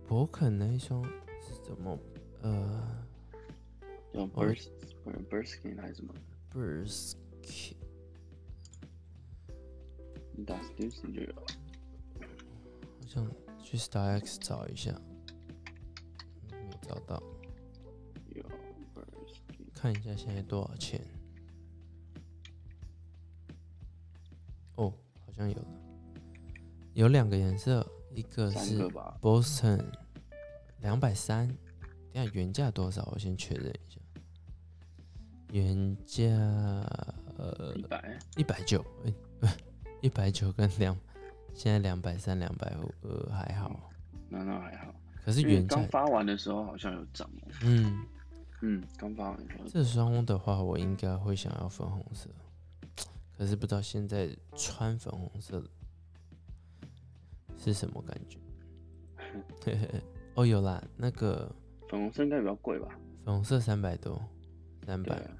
Speaker 1: 勃肯那一双是怎么？呃
Speaker 2: 叫 Burst Burskin 还是什么
Speaker 1: ，Burski，
Speaker 2: 你打 Stussy 就有了。
Speaker 1: 好像去 Star X 找一下，没有找到，
Speaker 2: 有 Burskin，
Speaker 1: 看一下现在多少钱。哦，好像有了，有两个颜色，一个
Speaker 2: 三
Speaker 1: 是
Speaker 2: 个吧，
Speaker 1: Boston 两百三，等一下原价多少？我先确认一下，原价呃
Speaker 2: 一百
Speaker 1: 一百九，哎，不一百九跟两，现在两百三、两百五，呃，还好，
Speaker 2: 那那还好，
Speaker 1: 可是
Speaker 2: 因为
Speaker 1: 原价
Speaker 2: 刚，发完的时候好像有涨哦，
Speaker 1: 嗯，
Speaker 2: 嗯，刚发完的时候
Speaker 1: 这双的话，我应该会想要粉红色，可是不知道现在穿粉红色是什么感觉。 (laughs) 哦，有啦，那个
Speaker 2: 粉红色应该比较贵吧？
Speaker 1: 粉红色三百多，三
Speaker 2: 对
Speaker 1: 百、
Speaker 2: 啊，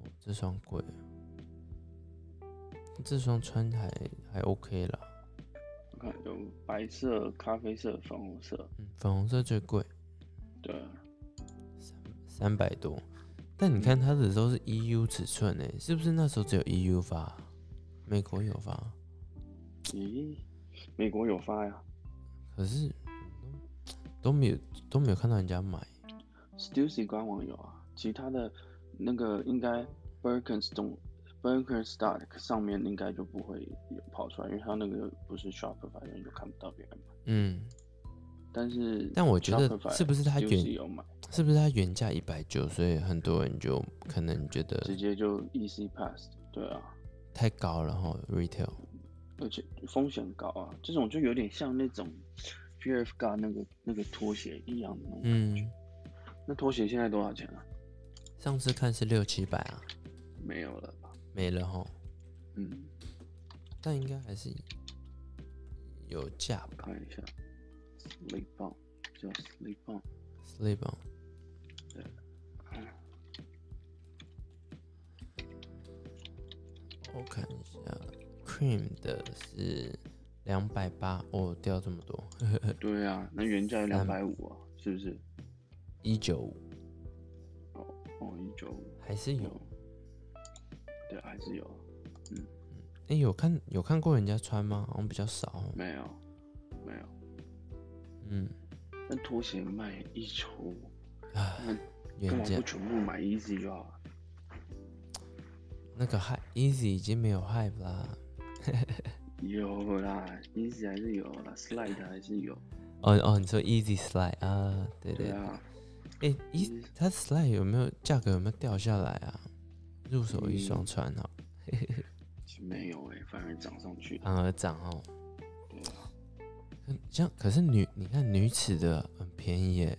Speaker 1: 哦这双贵，这双穿还还 OK 啦，
Speaker 2: 我看有白色、咖啡色、粉红色，
Speaker 1: 嗯，粉红色最贵，
Speaker 2: 对啊，
Speaker 1: 三百多。但你
Speaker 2: 嗯
Speaker 1: 看它的都是 EU 尺寸诶、是不是那时候只有 EU 发？美国有发，
Speaker 2: 咦，美国有发呀
Speaker 1: 可是都没有都没有看到人家买。
Speaker 2: ，Stussy 官网有啊，其他的那个应该 Birkenstock。Birkenstock 上面应该就不会有跑出来，因为它那个不是 Shopify，你就看不到别人买。
Speaker 1: 嗯，
Speaker 2: 但是，
Speaker 1: 但我觉得是不是它原
Speaker 2: 有买，
Speaker 1: 是不是它原价一百九，所以很多人就可能觉
Speaker 2: 直
Speaker 1: 得
Speaker 2: 接就 easy pass，对啊，
Speaker 1: 太高了哈，retail。
Speaker 2: 而且风险高啊，这种就有点像那种 p f g 那个那个拖鞋一样的那种。
Speaker 1: 嗯，
Speaker 2: 那拖鞋现在多少钱啊？
Speaker 1: 上次看是六七百啊，
Speaker 2: 没有了吧？
Speaker 1: 没了哈，
Speaker 2: 嗯，
Speaker 1: 但应该还是有价吧
Speaker 2: 看一下 s l e e p on，叫 sleep on，
Speaker 1: ，sleep on。我看一下，cream 的是两百八，哦，掉这么多，
Speaker 2: 对啊，那原价两百五啊，是不是？
Speaker 1: 一九五
Speaker 2: 哦，一九五，
Speaker 1: 还是有。
Speaker 2: 对啊，还是有，
Speaker 1: 哎、有看有看过人家穿吗？好像比较少哦。
Speaker 2: 没有，没有。
Speaker 1: 嗯，
Speaker 2: 那拖鞋卖一九五，
Speaker 1: 唉，
Speaker 2: 干
Speaker 1: 原
Speaker 2: 嘛
Speaker 1: 价
Speaker 2: 不全部买 easy 就好了？
Speaker 1: 那个 h easy 已经没有啊 hype 啦。
Speaker 2: 有啦，easy 还是有啦，slide 还是有。
Speaker 1: 哦哦，你说 easy slide 啊？对对对。
Speaker 2: 嗯对啊，
Speaker 1: 哎、一它 slide 有没有价格有没有掉下来啊？入手一双哦穿哈，
Speaker 2: 没有哎、反而涨上去了。
Speaker 1: 反而涨哦。
Speaker 2: 对啊，
Speaker 1: 嗯像可是女，你看女尺的很便宜耶，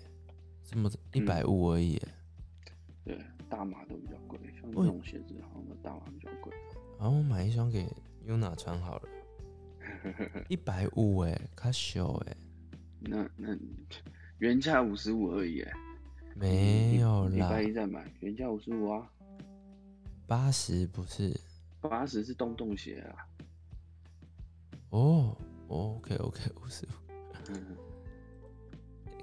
Speaker 1: 这
Speaker 2: 嗯
Speaker 1: 么一百五而已耶，
Speaker 2: 对，大码都比较贵，像这种鞋子好像大码比较贵。
Speaker 1: 然后我买一双给 Yuna 穿好
Speaker 2: (laughs)
Speaker 1: 了，一百五哎，卡秀哎，
Speaker 2: 那那原价五十五而已、欸，
Speaker 1: 没有
Speaker 2: 礼
Speaker 1: 啦
Speaker 2: 拜，一再买，原价五十五啊，
Speaker 1: 八十不是
Speaker 2: 八十是洞洞鞋啊。
Speaker 1: 哦，OK OK，五十
Speaker 2: 嗯，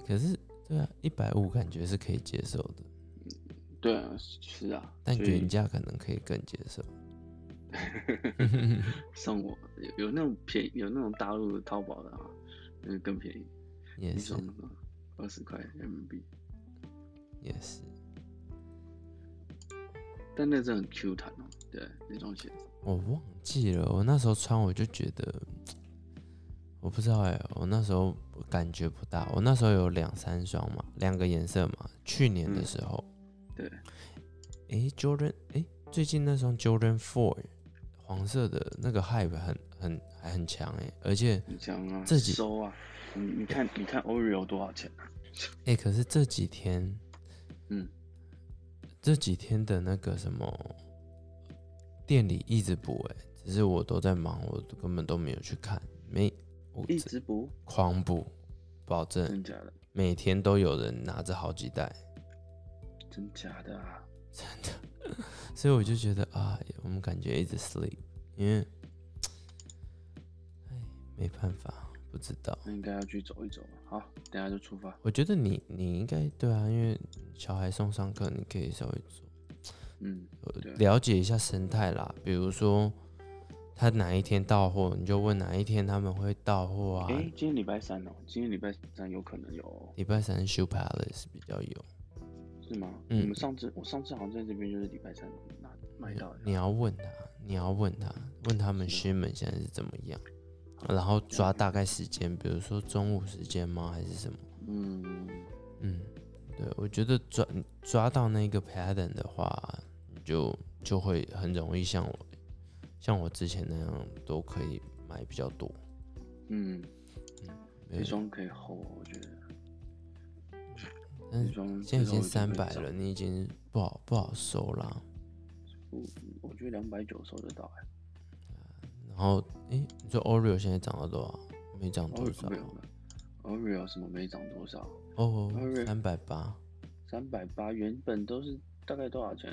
Speaker 1: 可是对啊，一百五感觉是可以接受的，
Speaker 2: (laughs) 对啊，是啊，
Speaker 1: 但
Speaker 2: 所以
Speaker 1: 原价可能可以更接受。
Speaker 2: 送我有有那种便宜，有那种大陆的淘宝的啊，那个更便宜，
Speaker 1: 也
Speaker 2: 一
Speaker 1: 是
Speaker 2: 双二十块人民币，
Speaker 1: 也是，
Speaker 2: 但那真的很 Q 弹哦、对，那双鞋子，
Speaker 1: 我忘记了，我那时候穿我就觉得，我不知道哎、我那时候感觉不大，我那时候有两三双嘛，两个颜色嘛，去年的
Speaker 2: 嗯
Speaker 1: 时候，
Speaker 2: 对，
Speaker 1: 诶 j o r d a n 诶，最近那双 Jordan Four 黄色的那个 hype 很很还很强哎、而且
Speaker 2: 你讲啊，
Speaker 1: 自己
Speaker 2: 收啊，你你看你看 Oreo 多少钱啊？
Speaker 1: 哎、可是这几天，
Speaker 2: 嗯，
Speaker 1: 这几天的那个什么店里一直补哎、只是我都在忙，我都根本都没有去看，没我
Speaker 2: 一
Speaker 1: 这
Speaker 2: 直补，
Speaker 1: 狂补，保证
Speaker 2: 真假的？
Speaker 1: 每天都有人拿着好几袋，
Speaker 2: 真假的啊？
Speaker 1: 真的，所以我就觉得啊，我们感觉一直 sleep，因为，哎，没办法，不知道。
Speaker 2: 那应该要去走一走了。好，等下就出发。
Speaker 1: 我觉得你你应该对啊，因为小孩送上课，你可以稍微做。
Speaker 2: 嗯，对
Speaker 1: 了解一下生态啦，比如说他哪一天到货，你就问哪一天他们会到货啊
Speaker 2: 哎、。今天礼拜三哦，今天礼拜三有可能有哦，
Speaker 1: 礼拜三 Shoe Palace 比较有，
Speaker 2: 是吗？
Speaker 1: 嗯
Speaker 2: 我们上次我上次好像在这边就是礼拜三拿买到的。
Speaker 1: 你要问他，你要问他，问他们
Speaker 2: 是
Speaker 1: Shipment 现在是怎么样，然后抓大概时间，比如说中午时间吗？还是什么？
Speaker 2: 嗯，
Speaker 1: 嗯，对，我觉得抓抓到那个 pattern 的话，你就就会很容易像我像我之前那样，都可以买比较多。
Speaker 2: 嗯，
Speaker 1: 对
Speaker 2: 这双可以 hold，我觉得
Speaker 1: 但
Speaker 2: 这
Speaker 1: 是
Speaker 2: 双
Speaker 1: 嗯现在已经
Speaker 2: 这双
Speaker 1: 三
Speaker 2: 我觉得
Speaker 1: 百
Speaker 2: 可以
Speaker 1: 了，你已经不好不好收啦。
Speaker 2: 找，我觉得两百九收得到哎、
Speaker 1: 然后，诶，你说 Oreo 现在涨到多少？没涨多少？
Speaker 2: Oreo 呢？Oreo 什么没涨多少？
Speaker 1: 哦
Speaker 2: Oreo，
Speaker 1: 三百八，
Speaker 2: 三百八原本都是大概多少钱？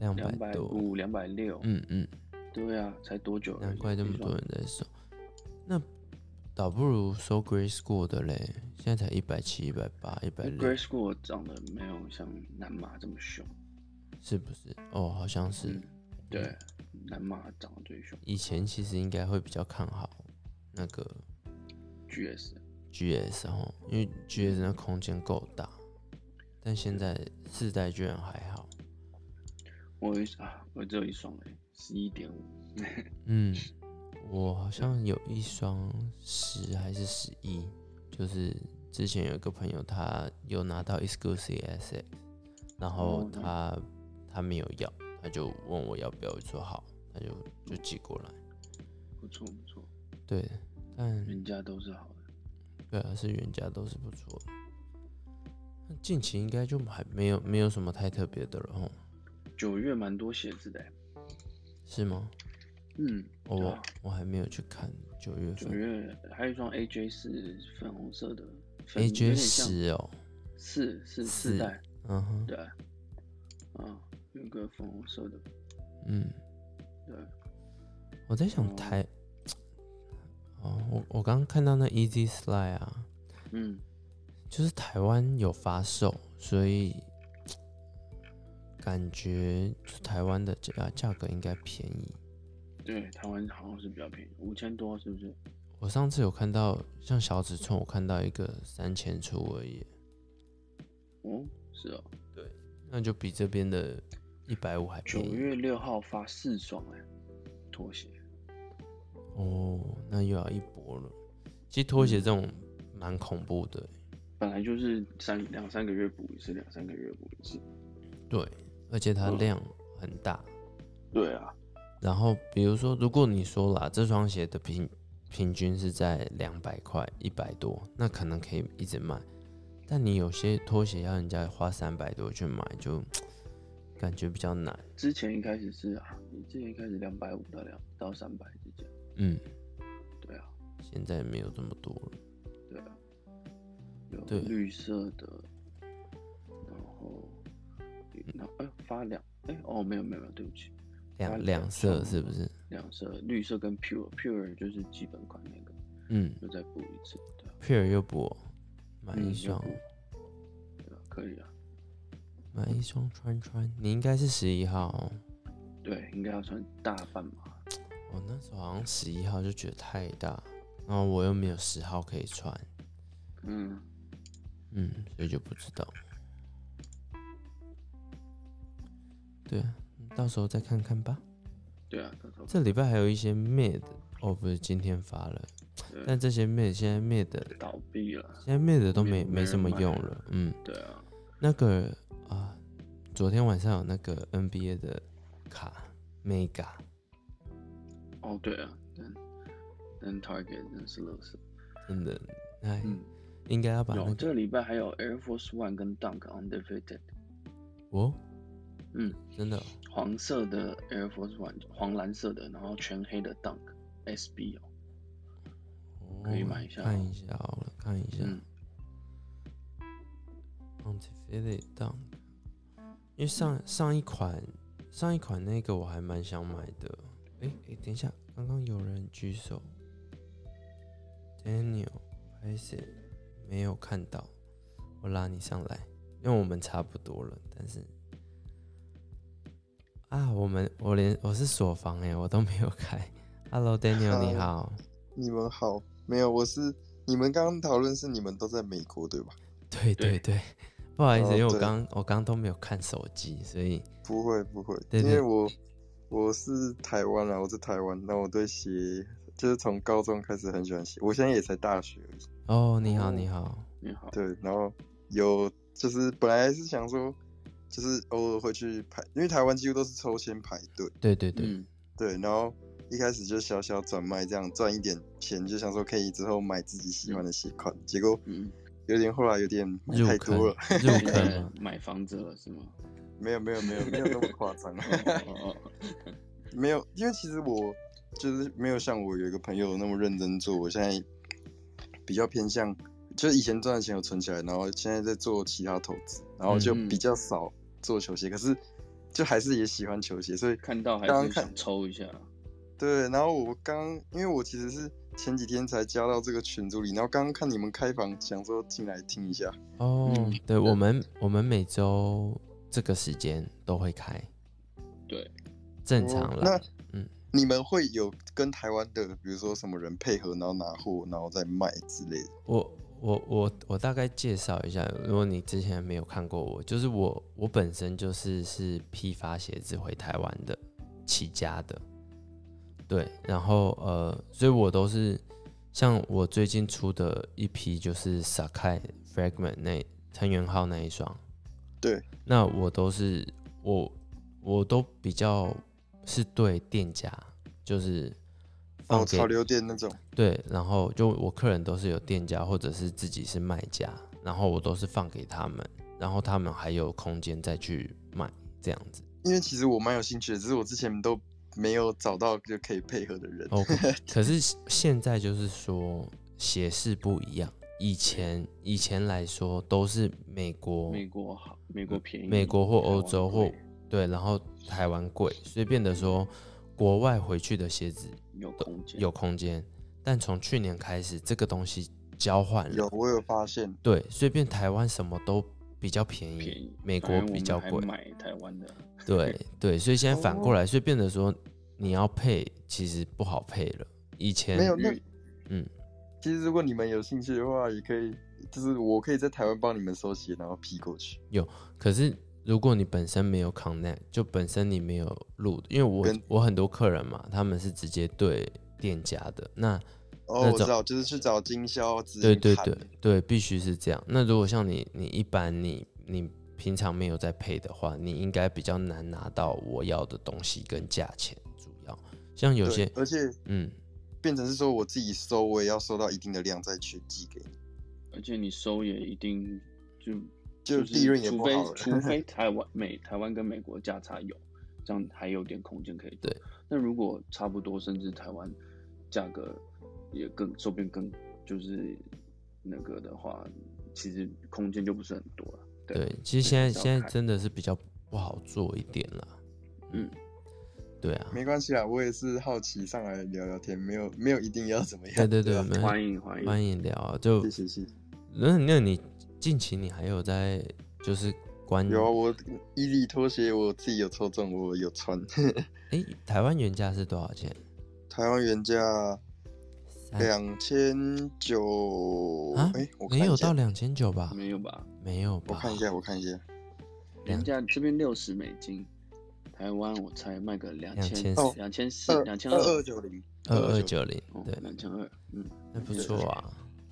Speaker 1: 两
Speaker 2: 两
Speaker 1: 百
Speaker 2: 百
Speaker 1: 多。
Speaker 2: 五、两百六。
Speaker 1: 嗯嗯，
Speaker 2: 对啊，才多久而已？
Speaker 1: 难怪这么
Speaker 2: 双
Speaker 1: 多人在收。那倒不如收 Grade School 的嘞，现在才一百七、一百八、一百
Speaker 2: 因为
Speaker 1: 六
Speaker 2: Grade，School 长得没有像南马这么凶，
Speaker 1: 是不是？哦，好像是
Speaker 2: 嗯。对，南马长得最凶
Speaker 1: 以前其实应该会比较看好那个
Speaker 2: ，GS
Speaker 1: GS 哦，因为
Speaker 2: 嗯
Speaker 1: GS 那空间够大，但现在四代居然还好。
Speaker 2: 我有一啊，我只有一双哎、欸，十一点五，
Speaker 1: 嗯，我好像有一双十还是十一，就是之前有一个朋友他有拿到 exclusive SX，然后
Speaker 2: 哦那
Speaker 1: 他、他没有要，他就问我要不要，我说好，他就就寄过来。
Speaker 2: 不错不错，
Speaker 1: 对，但
Speaker 2: 人家都是好的。
Speaker 1: 对啊，是原价都是不错的。那近期应该就还没有没有什么太特别的了哦，
Speaker 2: 九月蛮多鞋子的、欸，
Speaker 1: 是吗？
Speaker 2: 嗯，
Speaker 1: 哦
Speaker 2: 对
Speaker 1: 我
Speaker 2: 啊
Speaker 1: 我还没有去看九月
Speaker 2: 九
Speaker 1: 份
Speaker 2: 月还有一双 AJ 是粉红色的粉
Speaker 1: AJ
Speaker 2: 有点像
Speaker 1: 十哦，
Speaker 2: 四四
Speaker 1: 四
Speaker 2: 四代，
Speaker 1: 嗯哼，
Speaker 2: 对，啊，有一个粉红色的，
Speaker 1: 嗯。
Speaker 2: 对，
Speaker 1: 我在想
Speaker 2: 哦
Speaker 1: 台，哦，我我刚刚看到那 Easy Slide 啊，
Speaker 2: 嗯，
Speaker 1: 就是台湾有发售，所以感觉台湾的价价格应该便宜。
Speaker 2: 对，台湾好像是比较便宜，五千多是不是？
Speaker 1: 我上次有看到像小尺寸，我看到一个三千出而已，
Speaker 2: 哦，是哦，
Speaker 1: 那就比这边的一百五还
Speaker 2: 九
Speaker 1: 便宜
Speaker 2: 月六号发四双哎、拖鞋，
Speaker 1: 哦，那又要一波了。其实拖鞋这种蛮恐怖的欸、
Speaker 2: 本来就是三两三个月补一次，两三个月补一次。
Speaker 1: 对，而且它
Speaker 2: 嗯
Speaker 1: 量很大，
Speaker 2: 对啊，
Speaker 1: 然后比如说，如果你说啦，这双鞋的平平均是在两百块、一百多，那可能可以一直卖。但你有些拖鞋要人家花三百多去买，就感觉比较难。
Speaker 2: 之前一开始是啊，之前一开始两百五到两到三百之间。
Speaker 1: 嗯，
Speaker 2: 对啊，
Speaker 1: 现在没有这么多了。
Speaker 2: 对啊，有
Speaker 1: 对
Speaker 2: 绿色的，然后然后哎发两哎哦没有没有没有，对不起，
Speaker 1: 两
Speaker 2: 它
Speaker 1: 两色是不是？
Speaker 2: 两色绿色跟 pure pure 就是基本款那个，
Speaker 1: 嗯
Speaker 2: 又再补一次，对啊，
Speaker 1: ，Pair 又补哦，买
Speaker 2: 嗯
Speaker 1: 一
Speaker 2: 又
Speaker 1: 双，
Speaker 2: 补对啊，可以啊。
Speaker 1: 买一双穿穿。你应该是十一号哦。
Speaker 2: 对，应该要穿大半码。
Speaker 1: 我那时候好像十一号就觉得太大，然后我又没有十号可以穿，
Speaker 2: 嗯，
Speaker 1: 嗯，所以就不知道。对啊，到时候再看看吧。
Speaker 2: 对啊，到时候
Speaker 1: 这礼拜还有一些 Mid，哦，不是今天发了，
Speaker 2: 对
Speaker 1: 但这些 Mid 现在 Mid，
Speaker 2: 倒闭了。
Speaker 1: 现在 Mid 都
Speaker 2: 没
Speaker 1: 没
Speaker 2: 有没
Speaker 1: 没
Speaker 2: 人
Speaker 1: 什么
Speaker 2: 买
Speaker 1: 用了。嗯，
Speaker 2: 对啊，
Speaker 1: 那个啊，昨天晚上有那个 NBA 的卡 Mega，
Speaker 2: 哦对啊，但但 Target 真是乐色。
Speaker 1: 真的，哎，
Speaker 2: 嗯，
Speaker 1: 应该要把那
Speaker 2: 有
Speaker 1: 个
Speaker 2: 这礼拜还有 Air Force One 跟 Dunk Undefeated，
Speaker 1: 哦，
Speaker 2: 嗯，
Speaker 1: 真的哦
Speaker 2: 黄色的 Air Force One，黄蓝色的，然后全黑的 Dunk SB 哦，可以
Speaker 1: 哦
Speaker 2: 买一下
Speaker 1: 看
Speaker 2: 哦
Speaker 1: 一下好了，看一下。
Speaker 2: 嗯
Speaker 1: Pontifetti Dunk，因为上上一款上一款那个我还蛮想买的。诶诶，等一下，刚刚有人举手，Daniel，拍谁？没有看到，我拉你上来，因为我们差不多了，但是。啊，我们我连我是锁房诶，我都没有开。Hello，Daniel，你
Speaker 3: Hello
Speaker 1: 好。
Speaker 3: 你们好，没有，我是你们刚刚讨论是你们都在美国对吧？
Speaker 1: 对对
Speaker 2: 对
Speaker 1: 对，不好意思，
Speaker 3: 哦
Speaker 1: 因为我
Speaker 3: 对
Speaker 1: 刚我刚都没有看手机，所以
Speaker 3: 不会不会，
Speaker 1: 对对
Speaker 3: 因为我我是台湾啊，我在台湾，那我对鞋就是从高中开始很喜欢写，我现在也才大学而已。
Speaker 1: 哦，你好，
Speaker 2: 哦
Speaker 1: 你好，
Speaker 2: 你好，
Speaker 3: 对，然后有就是本来是想说，就是偶尔会去排，因为台湾几乎都是抽签排队，
Speaker 1: 对对对，
Speaker 2: 嗯，
Speaker 3: 对，然后一开始就小小转卖这样赚一点钱，就想说可以之后买自己喜欢的鞋款，结果
Speaker 2: 嗯，
Speaker 3: 有点后来有点买
Speaker 1: 入
Speaker 3: 太
Speaker 1: 坑
Speaker 3: 多了，
Speaker 1: 入
Speaker 2: 现
Speaker 1: 坑
Speaker 2: 在
Speaker 3: (laughs)
Speaker 1: 了，
Speaker 2: 买房子了是吗？
Speaker 3: 没有没有没有没有那么夸张，
Speaker 2: 哦哦哦，
Speaker 3: (laughs) 没有，因为其实我就是没有像我有一个朋友那么认真做，我现在比较偏向，就是以前赚的钱有存起来，然后现在在做其他投资，然后就
Speaker 2: 嗯
Speaker 3: 比较少做球鞋，可是就还是也喜欢球鞋，所以
Speaker 2: 看到还
Speaker 3: 刚刚
Speaker 2: 是
Speaker 3: 看
Speaker 2: 想抽一下，
Speaker 3: 对，然后我刚因为我其实是前几天才加到这个群组里，然后刚刚看你们开房，想说进来听一下，
Speaker 1: 哦，
Speaker 2: 嗯
Speaker 1: 对我们我们每周这个时间都会开，
Speaker 2: 对，
Speaker 1: 正常
Speaker 3: 哦那
Speaker 1: 了。嗯，
Speaker 3: 你们会有跟台湾的，比如说什么人配合，然后拿货，然后再卖之类的。
Speaker 1: 我我我我大概介绍一下，如果你之前没有看过我，就是我我本身就是是批发鞋子回台湾的起家的，对，然后呃，所以我都是像我最近出的一批就是 Sakai Fragment 那藤原浩那一双，
Speaker 3: 对，
Speaker 1: 那我都是我我都比较是对店家就是
Speaker 3: 哦，
Speaker 1: 放给
Speaker 3: 潮流店那种。
Speaker 1: 对，然后就我客人都是有店家或者是自己是卖家，然后我都是放给他们，然后他们还有空间再去卖这样子。
Speaker 3: 因为其实我蛮有兴趣的，只是我之前都没有找到就可以配合的人。
Speaker 1: OK，可哦是现在就是说鞋市不一样，以前以前来说都是美国
Speaker 2: 美国好，美国便宜，
Speaker 1: 美国或
Speaker 2: 台湾
Speaker 1: 欧洲或
Speaker 2: 贵
Speaker 1: 对，然后台湾贵，所以变得说国外回去的鞋子
Speaker 2: 有空间，
Speaker 1: 有空间，但从去年开始这个东西交换了
Speaker 3: 有，，我有发现，
Speaker 1: 对，所以变台湾什么都比较便宜，
Speaker 2: 便宜，
Speaker 1: 美国
Speaker 2: 反正我
Speaker 1: 比
Speaker 2: 们
Speaker 1: 较
Speaker 2: 还
Speaker 1: 贵，
Speaker 2: 买台湾的，
Speaker 1: 对对，所以现在反过
Speaker 3: 哦
Speaker 1: 来，所以变得说你要配其实不好配了。以前
Speaker 3: 没有
Speaker 2: 因
Speaker 3: 那
Speaker 2: 为
Speaker 1: 嗯，
Speaker 3: 其实如果你们有兴趣的话，也可以，就是我可以在台湾帮你们收集，然后批过去，
Speaker 1: 可是如果你本身没有 connect，就本身你没有录，因为我
Speaker 3: 跟
Speaker 1: 我很多客人嘛，他们是直接对店家的，那
Speaker 3: 哦，
Speaker 1: 那
Speaker 3: 我
Speaker 1: 种
Speaker 3: 知道，就是去找经销直接
Speaker 1: 对对
Speaker 3: 看
Speaker 1: 对对，必须是这样。那如果像你，你一般你你平常没有在配的话，你应该比较难拿到我要的东西跟价钱，主要像有
Speaker 3: 对
Speaker 1: 些
Speaker 3: 而且
Speaker 1: 嗯。
Speaker 3: 变成是说我自己收，我也要收到一定的量再去寄给你，
Speaker 2: 而且你收也一定就
Speaker 3: 就是利润也
Speaker 2: 除
Speaker 3: 不
Speaker 2: 非
Speaker 3: 好了
Speaker 2: 除非台湾美台湾跟美国价差有，这样还有点空间可以做
Speaker 1: 对。
Speaker 2: 那如果差不多，甚至台湾价格也更周边更就是那个的话，其实空间就不是很多了。
Speaker 1: 对，其实现在
Speaker 2: 是要
Speaker 1: 现在
Speaker 2: 看
Speaker 1: 真的是比较不好做一点啦。
Speaker 2: 嗯，
Speaker 1: 对啊，
Speaker 3: 没关系啊，我也是好奇上来聊聊天，没有没有一定要怎么样，
Speaker 1: 对对对，
Speaker 3: 对
Speaker 1: 我
Speaker 3: 啊，
Speaker 1: 们
Speaker 2: 欢迎欢迎
Speaker 1: 欢迎聊啊。就
Speaker 3: 谢谢谢谢，
Speaker 1: 那那你近期你还有在就是关于
Speaker 3: 有啊，我伊利拖鞋我自己有抽中，我有穿， (laughs)
Speaker 1: 哎台湾原价是多少钱？
Speaker 3: 台湾原价
Speaker 1: 三
Speaker 3: 两千九
Speaker 1: 啊，
Speaker 3: 哎，我看
Speaker 1: 没
Speaker 3: 一
Speaker 1: 有
Speaker 3: 下
Speaker 1: 到，两千九吧？
Speaker 2: 没有吧？
Speaker 1: 没有
Speaker 3: 我
Speaker 1: 吧？
Speaker 3: 看一下，我看一下，
Speaker 1: 两
Speaker 2: 人家这边六十美金，台湾我才卖个两千
Speaker 1: 2400
Speaker 2: 两千四
Speaker 3: 二
Speaker 2: 两千
Speaker 3: 哦二
Speaker 2: 二
Speaker 3: 二，九零，
Speaker 1: 二二九零，
Speaker 2: 哦
Speaker 1: 对，
Speaker 2: 两千二，嗯，
Speaker 1: 那不错啊。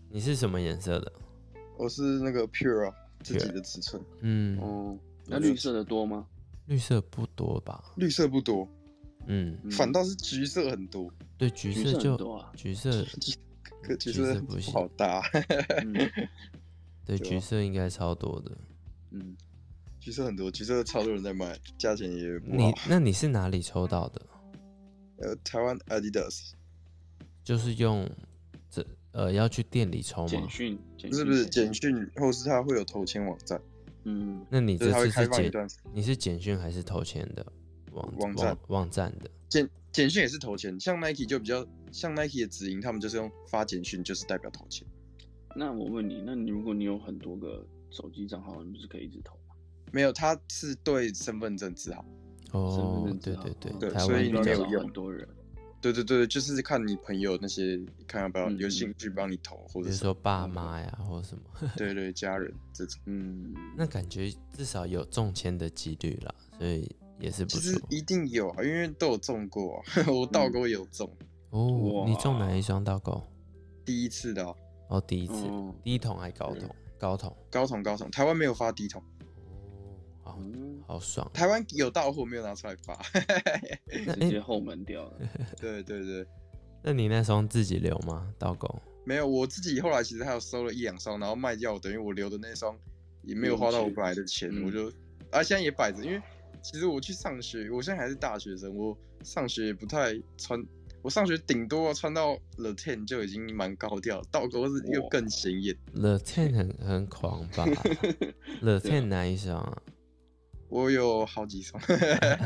Speaker 1: 你是什么颜色的？
Speaker 3: 我是那个 Pure 啊，自己的尺寸，
Speaker 1: 嗯，
Speaker 2: 哦，那绿色的多吗？
Speaker 1: 绿色不多吧？
Speaker 3: 绿色不多，
Speaker 1: 嗯，
Speaker 2: 嗯
Speaker 3: 反倒是橘色很多，
Speaker 1: 对，橘
Speaker 2: 橘
Speaker 1: 色
Speaker 2: 色很
Speaker 1: 就
Speaker 2: 多啊
Speaker 1: 橘色，
Speaker 3: 可
Speaker 1: 橘
Speaker 3: 橘色
Speaker 1: 色不行
Speaker 3: 好搭，
Speaker 2: 嗯
Speaker 1: 对，
Speaker 3: 对啊
Speaker 1: 橘色应该超多的。 (laughs)
Speaker 2: 嗯，
Speaker 3: 橘色很多，橘色超多人在卖，价钱也不
Speaker 1: 你
Speaker 3: 好，
Speaker 1: 那你是哪里抽到的？
Speaker 3: 呃，台湾 Adidas
Speaker 1: 就是用这呃要去店里抽吗
Speaker 2: 简？讯，简
Speaker 3: 不是
Speaker 2: 讯
Speaker 3: 不是
Speaker 2: 简
Speaker 3: 简讯，或是它会有投签网站，
Speaker 2: 嗯，
Speaker 1: 那你
Speaker 3: 就是它
Speaker 1: 这
Speaker 3: 会
Speaker 1: 次
Speaker 3: 开
Speaker 1: 是
Speaker 3: 放一
Speaker 1: 简
Speaker 3: 段时
Speaker 1: 你是简讯还是投钱的网
Speaker 3: 网站
Speaker 1: 网网站的？
Speaker 3: 简简讯也是投钱，像 Nike 就比较像 Nike 的直营，他们就是用发简讯，就是代表投钱。
Speaker 2: 那我问你，那你如果你有很多个手机账号，你不是可以一直投吗？
Speaker 3: 没有，它是对身份证字号。
Speaker 1: 哦
Speaker 2: 身份，
Speaker 1: 对
Speaker 2: 证字号
Speaker 1: 对对，
Speaker 3: 对
Speaker 1: 台
Speaker 3: 所
Speaker 1: 湾
Speaker 3: 以
Speaker 1: 比
Speaker 3: 你没
Speaker 1: 较
Speaker 3: 有
Speaker 2: 找
Speaker 3: 用
Speaker 2: 很多人，
Speaker 3: 对对对，就是看你朋友那些，看要不要
Speaker 2: 嗯
Speaker 3: 有兴趣帮你投，或
Speaker 1: 比
Speaker 3: 者
Speaker 1: 如
Speaker 3: 是
Speaker 1: 说爸妈呀或什么，
Speaker 3: 对对家人这种。
Speaker 2: 嗯，
Speaker 1: 那感觉至少有中签的几率啦，所以也是不
Speaker 3: 其
Speaker 1: 错
Speaker 2: 嗯
Speaker 3: (laughs) 实。一定有啊，因为都有中过啊、我倒钩也有中。
Speaker 1: 哦，你中
Speaker 2: 哇
Speaker 1: 哪一双倒钩？
Speaker 3: 第一次的、哦、
Speaker 1: 哦，第一次，
Speaker 2: 嗯
Speaker 1: 第一桶还高桶，高桶，
Speaker 3: 高筒高筒，台湾没有发低筒，
Speaker 1: 哦，好
Speaker 2: 嗯，
Speaker 1: 好爽。
Speaker 3: 台湾有到货没有拿出来发。 (laughs)
Speaker 1: 那
Speaker 2: 直
Speaker 1: 哎、
Speaker 2: 接后门掉了。
Speaker 1: (laughs)
Speaker 3: 对对对，
Speaker 1: 那你那双自己留吗？倒钩？
Speaker 3: 没有，我自己后来其实还有收了一两双，然后卖掉，等于我留的那双也没有花到我本来的钱，
Speaker 2: 嗯
Speaker 3: 我就啊现在也摆着，因为其实我去上学，我现在还是大学生，我上学也不太穿，我上学顶多穿到 The Ten 就已经蛮高调，倒钩是又
Speaker 2: 哇
Speaker 3: 更显眼。
Speaker 1: 乐天
Speaker 3: (laughs)
Speaker 1: 很很狂吧？乐天哪一双啊？
Speaker 3: 我有好几双，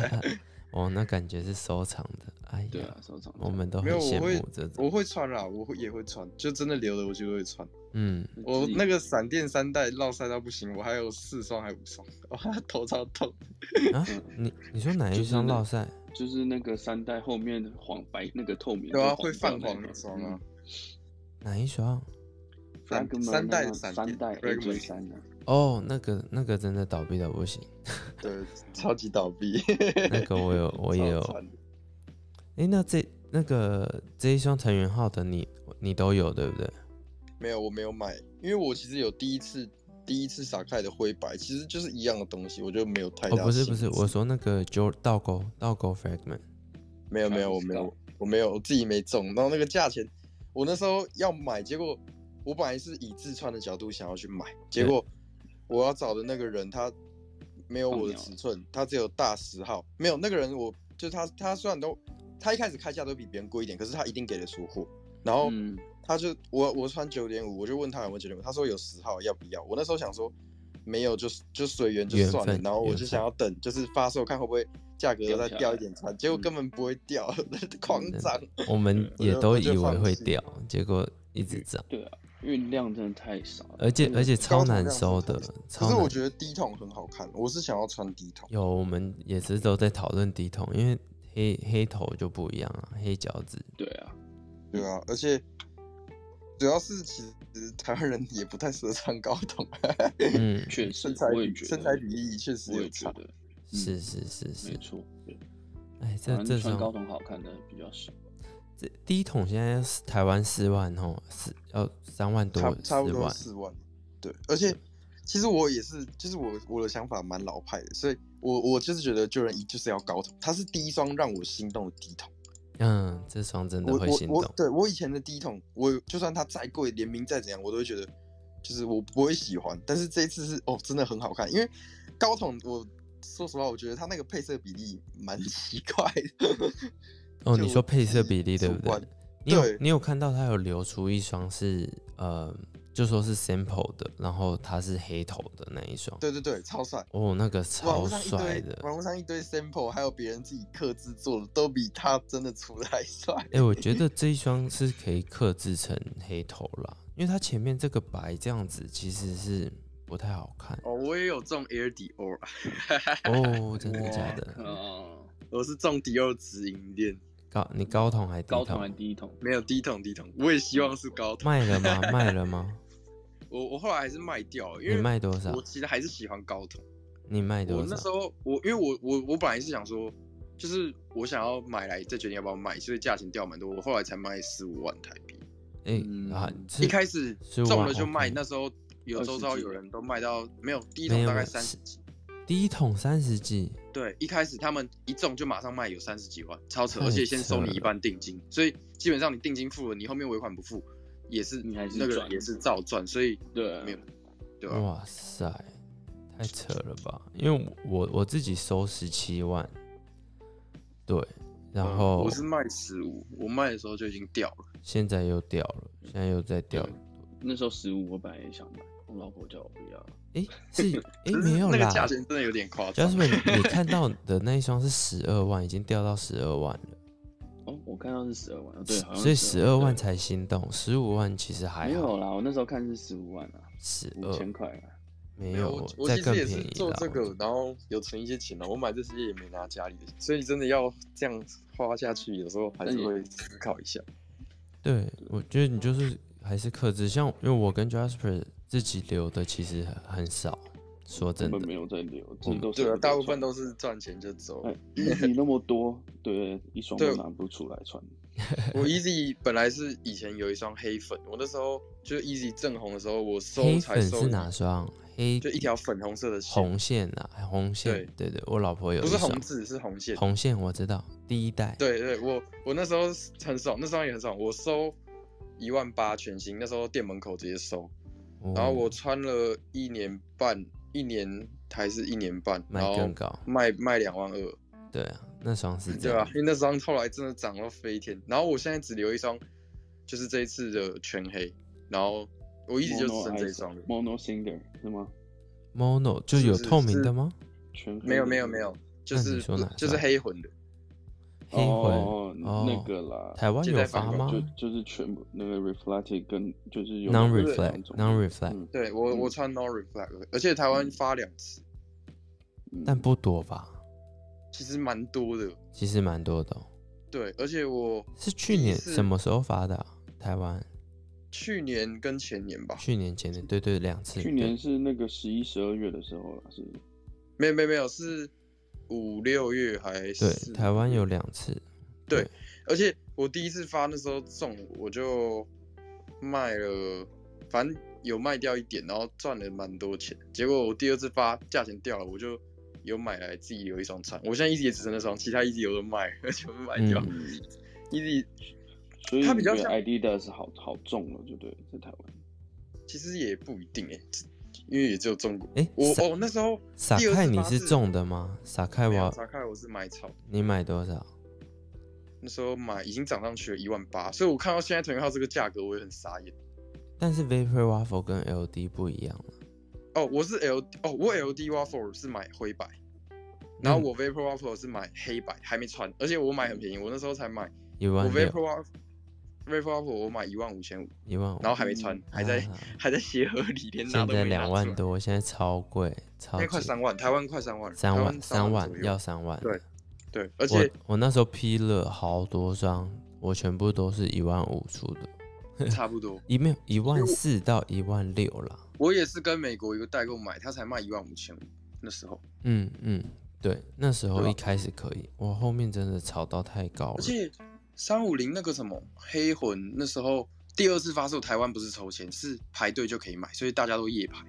Speaker 3: (laughs)
Speaker 1: 哦，那感觉是收藏的。哎
Speaker 2: 对
Speaker 1: 呀
Speaker 2: 啊，，收藏
Speaker 1: 我们都
Speaker 3: 没
Speaker 1: 很
Speaker 3: 有，
Speaker 1: 羡
Speaker 3: 我会
Speaker 1: 慕这种。
Speaker 3: 我会穿啦，我会也会穿，就真的留的我就会穿。
Speaker 1: 嗯，
Speaker 3: 我那个闪电三代绕赛到不行，我还有四双还五双， (laughs) 哇、头超痛。
Speaker 1: 啊，你你说哪一
Speaker 2: 就是
Speaker 1: 双
Speaker 2: 那
Speaker 1: 落赛？
Speaker 2: 就是那个三代后面黄白那个透明的
Speaker 3: 对啊，
Speaker 2: 黄
Speaker 3: 会泛
Speaker 2: 掉那
Speaker 3: 黄的
Speaker 2: 个嗯
Speaker 3: 双啊。
Speaker 1: 哪一双？
Speaker 3: 三
Speaker 2: Fragment
Speaker 3: 三代
Speaker 2: 啊
Speaker 3: 闪电
Speaker 2: 三代
Speaker 3: Fragment
Speaker 2: AJ 三啊，
Speaker 1: 哦，那个那个真的倒闭到不
Speaker 3: (laughs)
Speaker 1: 行，
Speaker 3: 对，超级倒闭。
Speaker 1: 那个我有 (laughs) 我也有。
Speaker 3: 超惨
Speaker 1: 哎、那这那个这一双藤原浩的你你都有对不对？
Speaker 3: 没有，我没有买，因为我其实有第一次第一次撒开的灰白，其实就是一样的东西，我就没有太
Speaker 1: 哦，
Speaker 3: 大。
Speaker 1: 不是不是，我，说那个 j o 倒钩倒钩 fragment。
Speaker 3: 没有没有，
Speaker 2: 我
Speaker 3: 我
Speaker 2: 知
Speaker 3: 没
Speaker 2: 道
Speaker 3: 有，我没有，我自己没中。然后那个价钱，我那时候要买，结果我本来是以自穿的角度想要去买，结果我要找的那个人他没有
Speaker 2: 放
Speaker 3: 我的
Speaker 2: 鸟
Speaker 3: 尺寸，他只有大十号，没有那个人我就他他虽然都他一开始开价都比别人贵一点，可是他一定给得出货，然后。
Speaker 2: 嗯，
Speaker 3: 他就我我穿九点五，我就问他有没有九点五，他说有十号，要不要？我那时候想说没有，就就随缘就算
Speaker 1: 缘
Speaker 3: 了。
Speaker 1: 分
Speaker 3: 然后我
Speaker 1: 缘
Speaker 3: 就
Speaker 1: 分
Speaker 3: 想要等，就是发售看会不会价格再
Speaker 2: 掉下来
Speaker 3: 掉一点穿，
Speaker 1: 嗯
Speaker 3: 结果根本不会掉， (laughs) 狂涨。
Speaker 1: 我们
Speaker 3: (laughs) 我
Speaker 1: 也
Speaker 3: 就
Speaker 1: 都
Speaker 3: 我
Speaker 1: 以
Speaker 3: 就
Speaker 1: 为
Speaker 3: 放
Speaker 1: 会
Speaker 3: 弃
Speaker 1: 掉，结果一直涨，
Speaker 2: 对啊，因为量真的太少了，
Speaker 1: 而且
Speaker 2: 真的
Speaker 1: 而且超
Speaker 3: 高
Speaker 1: 难
Speaker 3: 通量
Speaker 1: 收
Speaker 3: 是
Speaker 1: 的
Speaker 3: 很少，可
Speaker 1: 超
Speaker 3: 是
Speaker 1: 难。
Speaker 3: 我觉得低筒很好看，我是想要穿低筒。
Speaker 1: 有我们也是都在讨论低筒，因为黑黑头就不一样啊，黑脚
Speaker 3: (laughs)
Speaker 1: 趾。
Speaker 2: 对啊，
Speaker 3: 对啊，而且主要是其实台湾人也不太适合穿高筒，啊
Speaker 1: 嗯，
Speaker 2: 确实
Speaker 3: 身材
Speaker 2: 我也
Speaker 3: 比
Speaker 2: 觉得
Speaker 3: 身材比例确实
Speaker 2: 我
Speaker 3: 有
Speaker 2: 也觉
Speaker 3: 差。
Speaker 2: 得
Speaker 1: 是是是
Speaker 2: 没
Speaker 1: 是，
Speaker 2: 错，对
Speaker 1: 哎，
Speaker 2: 反
Speaker 1: 这
Speaker 2: 正
Speaker 1: 这
Speaker 2: 穿高
Speaker 1: 双
Speaker 2: 筒好看的比较少，
Speaker 1: 这第一桶现在是台湾四万哦，四要三万多
Speaker 3: 差不
Speaker 1: 四
Speaker 3: 差不多
Speaker 1: 万，
Speaker 3: 四万，对，而且其实我也是，就是我我的想法蛮老派的，所以我我就是觉得救人一就是要高筒，它是第一双让我心动的低筒。
Speaker 1: 嗯，这双真的
Speaker 3: 我
Speaker 1: 会
Speaker 3: 我
Speaker 1: 心动
Speaker 3: 我，对我以前的低筒，我就算它再贵，联名再怎样，我都会觉得就是我不会喜欢，但是这一次是哦，真的很好看，因为高筒我。说实话，我觉得它那个配色比例蛮 (laughs) 奇怪的。 (laughs)
Speaker 1: 哦，
Speaker 3: 就
Speaker 1: 你说配色
Speaker 3: 自己
Speaker 1: 比例对
Speaker 3: 主
Speaker 1: 不对
Speaker 3: 观？
Speaker 1: 你有
Speaker 3: 对
Speaker 1: 你有看到他有流出一双是呃，就说是 sample 的，然后它是黑头的那一双，
Speaker 3: 对对对，超帅。
Speaker 1: 哦，那个
Speaker 3: 网
Speaker 1: 超
Speaker 3: 络上一
Speaker 1: 帅
Speaker 3: 堆
Speaker 1: 的，
Speaker 3: 网络上一堆 sample，还有别人自己刻制做的，都比他真的出来帅。
Speaker 1: 哎、我觉得这一双是可以克制成黑头啦，因为它前面这个白这样子其实是不太好
Speaker 3: (laughs)
Speaker 1: 看
Speaker 3: (laughs) 哦，我也有中 Air Dior，啊
Speaker 1: 哦，真的假的？
Speaker 2: 嗯，
Speaker 3: 我是中 Dior 直营店，
Speaker 1: 高你高筒还低
Speaker 2: 高筒
Speaker 1: 筒
Speaker 2: 还？低筒，
Speaker 3: 没有低筒低筒，我也希望是高筒。
Speaker 1: 卖了吗？卖了吗？
Speaker 3: 我我后来还是卖掉了， (laughs) 因
Speaker 1: 你
Speaker 3: 为
Speaker 1: 卖多少
Speaker 3: 我？其实还是喜欢高筒。
Speaker 1: 你卖
Speaker 3: 我
Speaker 1: 多
Speaker 3: 那时
Speaker 1: 少？
Speaker 3: 候我因为我我我本来是想说，就是我想要买来再决定要不要卖，所以价钱掉蛮多，我后来才卖十五万台币。
Speaker 1: 哎、
Speaker 2: 嗯
Speaker 1: 啊，
Speaker 3: 一开始
Speaker 1: 15
Speaker 3: 中
Speaker 1: 万
Speaker 3: 了就卖，
Speaker 1: OK 那
Speaker 3: 那时候有周
Speaker 2: 20
Speaker 3: 遭
Speaker 2: 几
Speaker 3: 有人都卖到没有第一
Speaker 1: 没
Speaker 3: 桶
Speaker 1: 有
Speaker 3: 大
Speaker 1: 没
Speaker 3: 概
Speaker 1: 有
Speaker 3: 三十
Speaker 1: 是
Speaker 3: 几，
Speaker 1: 第一桶三十几，
Speaker 3: 对，一开始他们一中就马上卖有三十几万，超扯，
Speaker 1: 太
Speaker 3: 而且先收
Speaker 1: 扯
Speaker 3: 你
Speaker 1: 了
Speaker 3: 一半定金，所以基本上你定金付了，你后面尾款不付也是
Speaker 2: 你还是
Speaker 3: 那个
Speaker 2: 赚
Speaker 3: 人也是照赚，所以
Speaker 2: 对啊
Speaker 3: 没有对吧、
Speaker 1: 哇塞，太扯了吧！因为我我自己收十七万，对，然
Speaker 3: 嗯
Speaker 1: 后
Speaker 3: 我是卖十五，我卖的时候就已经掉了，
Speaker 1: 现在又掉了，现在又在掉了。
Speaker 2: 那时候十五我本来也想买，我老婆叫我不要，
Speaker 1: 诶，是诶，
Speaker 3: 可是
Speaker 1: 没有
Speaker 3: 那个
Speaker 1: 啦。
Speaker 3: 价钱真的有点夸张。 (laughs)
Speaker 1: Jasmine，你看到的那一双是十二万，已经掉到十二万了，
Speaker 2: 哦，我看到是十二万，哦
Speaker 3: 哦
Speaker 2: 对，好像
Speaker 1: 所以
Speaker 2: 是
Speaker 3: 啊
Speaker 1: 十二万
Speaker 2: 对
Speaker 1: 才心动，十五万其实还
Speaker 2: 没有
Speaker 1: 好，
Speaker 2: 啦，我那时候看是十五万啊，
Speaker 1: 十
Speaker 2: 五
Speaker 1: 二
Speaker 2: 千块啊，
Speaker 1: 没
Speaker 3: 没有
Speaker 1: 有
Speaker 3: 我，我
Speaker 1: 再
Speaker 3: 其
Speaker 1: 更
Speaker 3: 实也
Speaker 1: 便
Speaker 3: 是
Speaker 1: 宜
Speaker 3: 做
Speaker 1: 啦
Speaker 3: 这
Speaker 1: 我觉
Speaker 3: 个
Speaker 1: 得，
Speaker 3: 然后有存一些钱啊了。我买这些也没拿家里的，所以真的要这样花下去，有时候还
Speaker 2: 但
Speaker 3: 是
Speaker 2: 也
Speaker 3: 会思考一下。
Speaker 1: 对，我觉得你就是还是克制，像因为我跟 Jasper 自己留的其实很很少，说呃真
Speaker 2: 根
Speaker 1: 的
Speaker 2: 本，没有在留，
Speaker 1: 我们
Speaker 2: 这都是
Speaker 3: 对啊，
Speaker 2: 我
Speaker 3: 大
Speaker 2: 留
Speaker 3: 部
Speaker 2: 穿
Speaker 3: 分都是赚钱就走
Speaker 2: 哎。，一比那么多，对，一双
Speaker 3: 对
Speaker 2: 都拿不出来穿。
Speaker 3: 我 Easy 本来是以前有一双黑粉，我那时候就是 Easy 正红的时候，我收
Speaker 1: 黑
Speaker 3: 才
Speaker 1: 粉
Speaker 3: 收
Speaker 1: 是哪双？黑
Speaker 3: 就一条粉红色的线，
Speaker 1: 红线啊，红线，对对，我老婆有
Speaker 3: 不
Speaker 1: 一
Speaker 3: 是
Speaker 1: 双
Speaker 3: 红字是红线。
Speaker 1: 红线，我知道，第一代，
Speaker 3: 对对，我我那时候很爽，那双也很爽，我收一万八全新，那时候店门口直接收，
Speaker 1: 哦
Speaker 3: 然后我穿了一年半，一年还是一年半，
Speaker 1: 卖
Speaker 3: 然后
Speaker 1: 更高，
Speaker 3: 卖卖两万二，
Speaker 1: 对啊，那双是这
Speaker 3: 对啊
Speaker 1: 样，，
Speaker 3: 因为那双后来真的涨到飞天，然后我现在只留一双，就是这一次的全黑，然后我
Speaker 2: 哦
Speaker 3: 一直就只剩这一双了。
Speaker 2: Mono Cinder 是吗？
Speaker 1: mono 就有透明的吗？
Speaker 2: 全黑
Speaker 3: 没有
Speaker 2: 的
Speaker 3: 没有
Speaker 2: 那
Speaker 3: 没
Speaker 2: 个
Speaker 3: 有，就
Speaker 1: 那
Speaker 3: 是
Speaker 1: 你说
Speaker 3: 不
Speaker 1: 哪
Speaker 3: 就是
Speaker 1: 双
Speaker 3: 黑混的，
Speaker 1: 黑魂，
Speaker 2: 哦，
Speaker 1: 哦
Speaker 2: 那个啦，
Speaker 1: 台湾
Speaker 3: 现
Speaker 1: 有
Speaker 3: 在
Speaker 1: 发
Speaker 3: 反
Speaker 1: 吗
Speaker 3: 光
Speaker 2: 就就是全部那个 reflected 跟就是有
Speaker 1: ？non
Speaker 2: 有两
Speaker 1: reflect
Speaker 2: 种
Speaker 1: non reflect，
Speaker 2: 嗯
Speaker 3: 对我我
Speaker 2: 嗯
Speaker 3: 穿 No Reflect，而且台湾发两次，
Speaker 2: 嗯
Speaker 1: 但不多吧？
Speaker 3: 其实蛮多的。
Speaker 1: 其实蛮多的哦、
Speaker 3: 对，而且我
Speaker 1: 是去
Speaker 3: 第一
Speaker 1: 年
Speaker 3: 次
Speaker 1: 什么时候发的啊、台湾
Speaker 3: 去年跟前年吧，
Speaker 1: 去年前年，对对，两次。
Speaker 2: 去年是那个十一、十二月的时候了，是
Speaker 3: 没有没有没有，是五六月还
Speaker 1: 对
Speaker 3: 是
Speaker 1: 对台湾有两次，
Speaker 3: 而且我第一次发那时候中，我就卖了，反正有卖掉一点，然后赚了蛮多钱。结果我第二次发价钱掉了，我就有买来自己留一双穿。我现在一直也只剩那双，其他一直有都卖 (laughs) 了，全部卖掉。
Speaker 2: 嗯，
Speaker 3: 一直
Speaker 2: 所以
Speaker 3: 它
Speaker 2: 你
Speaker 3: 比较
Speaker 2: 觉得
Speaker 3: 像
Speaker 2: Adidas 好好重了，就对，在台湾。
Speaker 3: 其实也不一定哎、因为也只有中国。
Speaker 1: 哎
Speaker 3: 我
Speaker 1: 傻
Speaker 3: 哦那时候
Speaker 1: 傻
Speaker 3: 第二次
Speaker 1: 凯你
Speaker 3: 发
Speaker 1: 是
Speaker 3: 是
Speaker 1: 中的吗？傻凯
Speaker 3: 没有
Speaker 1: 哎我
Speaker 3: 查开，我是买草，
Speaker 1: 你买多少？
Speaker 3: 那时候买已经涨上去了一万八，所以我看到现在腾讯号这个价格，我也很傻眼。
Speaker 1: 但是 Vapor Waffle 跟 LD 不一样了，
Speaker 3: 哦，我是 L 哦，我 LD Waffle 是买灰白，
Speaker 1: 嗯
Speaker 3: 然后我 Vapor Waffle 是买黑白，还没穿，而且我买很便宜，我那时候才买，
Speaker 1: 嗯一
Speaker 3: 我
Speaker 1: 万
Speaker 3: Vapor
Speaker 1: 六，哦
Speaker 3: Waffle Vapor Waffle 我买一万五千五，
Speaker 1: 一万五，
Speaker 3: 然后还没穿，还在、 (laughs)
Speaker 1: 啊
Speaker 3: 还在鞋盒里，连拿
Speaker 1: 现
Speaker 3: 都没
Speaker 1: 在
Speaker 3: 拿
Speaker 1: 两
Speaker 3: 出
Speaker 1: 万
Speaker 3: 来，
Speaker 1: 多，现在超贵，超
Speaker 3: 现在
Speaker 1: 级
Speaker 3: 快三万，台湾快三万了，
Speaker 1: 三
Speaker 3: 台
Speaker 1: 万三
Speaker 3: 万
Speaker 1: 万
Speaker 3: 左右
Speaker 1: 要三万，
Speaker 3: 对对，而且
Speaker 1: 我我那时候批了好多双，我全部都是一万五出的，
Speaker 3: 差不多，
Speaker 1: 一没有一万四到一万六啦。
Speaker 3: 我也是跟美国一个代购买，他才卖一万五千五，那时候，
Speaker 1: 嗯嗯，对，那时候
Speaker 3: 对
Speaker 1: 一
Speaker 3: 吧
Speaker 1: 开始可以，我后面真的炒到太高
Speaker 3: 而
Speaker 1: 了。
Speaker 3: 且三五零那个什么黑魂那时候第二次发售，台湾不是抽签，是排队就可以买，所以大家都夜排。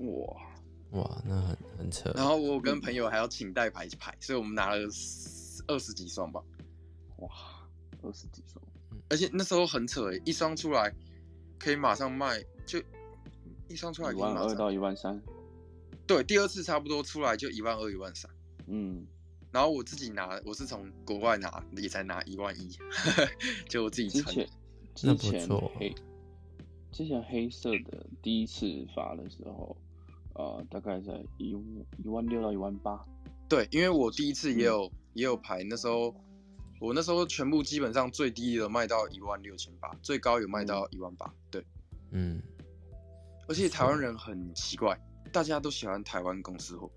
Speaker 2: 哇，
Speaker 1: 哇，那很很扯。
Speaker 3: 然后我跟朋友还要请代牌牌，所以我们拿了十二十几双吧。
Speaker 2: 二十几双，
Speaker 3: 而且那时候很扯、欸，一双出来可以马上卖，就一双出来可
Speaker 2: 一
Speaker 3: 以
Speaker 2: 万
Speaker 3: 马
Speaker 2: 二
Speaker 3: 上
Speaker 2: 到一万三，
Speaker 3: 对，第二次差不多出来就一万二一万三。
Speaker 2: 嗯，
Speaker 3: 然后我自己拿，我是从国外拿，也才拿一万一， (laughs) 就我自己
Speaker 2: 之
Speaker 3: 穿。
Speaker 2: 前
Speaker 1: 那
Speaker 2: 之
Speaker 1: 不
Speaker 2: 前
Speaker 1: 错
Speaker 2: 黑，之前黑色的第一次发的时候，呃，大概在一一万六到一万八，
Speaker 3: 对，因为我第一
Speaker 2: 嗯
Speaker 3: 次也有、也有排，那时候我那时候全部基本上最低的卖到一万六千八，最高有卖到一万八。对，
Speaker 1: 嗯，
Speaker 3: 而且台湾人很奇怪，大家都喜欢台湾公司货，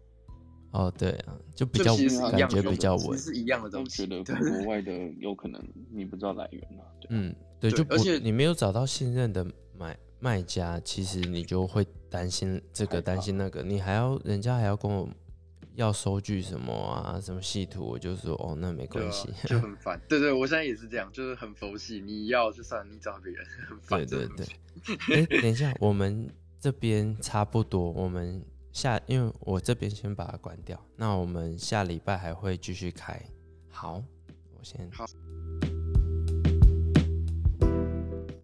Speaker 1: 哦对啊，就比
Speaker 3: 这
Speaker 1: 较
Speaker 3: 其实是一
Speaker 1: 感
Speaker 3: 样
Speaker 1: 觉
Speaker 3: 的东西，
Speaker 1: 比较
Speaker 3: 其实
Speaker 1: 稳。
Speaker 3: 是一样的
Speaker 2: 都
Speaker 3: 东
Speaker 2: 觉
Speaker 3: 西。
Speaker 2: 得
Speaker 3: 对
Speaker 2: 国外的有可能你不知道来源啊，对，
Speaker 1: 嗯，对，
Speaker 3: 对
Speaker 1: 就不
Speaker 3: 而且
Speaker 1: 你没有找到信任的买卖家，其实你就会担心这个
Speaker 2: 害怕
Speaker 1: 担心那个，你还要人家还要跟我要收据什么啊，什么系统，我就说哦那没
Speaker 3: 对
Speaker 1: 关
Speaker 3: 啊
Speaker 1: 系。
Speaker 3: 就
Speaker 1: (laughs)
Speaker 3: 很烦。对对，我现在也是这样，就是很佛系，你要就算了你找别人，很
Speaker 1: 对
Speaker 3: 烦。真的
Speaker 1: 对
Speaker 3: 很
Speaker 1: 对 (laughs)
Speaker 3: 烦，
Speaker 1: 哎、等一下，我们这边差不多，我们下，因为我这边先把它关掉，那我们下礼拜还会继续开。好，我先
Speaker 3: 好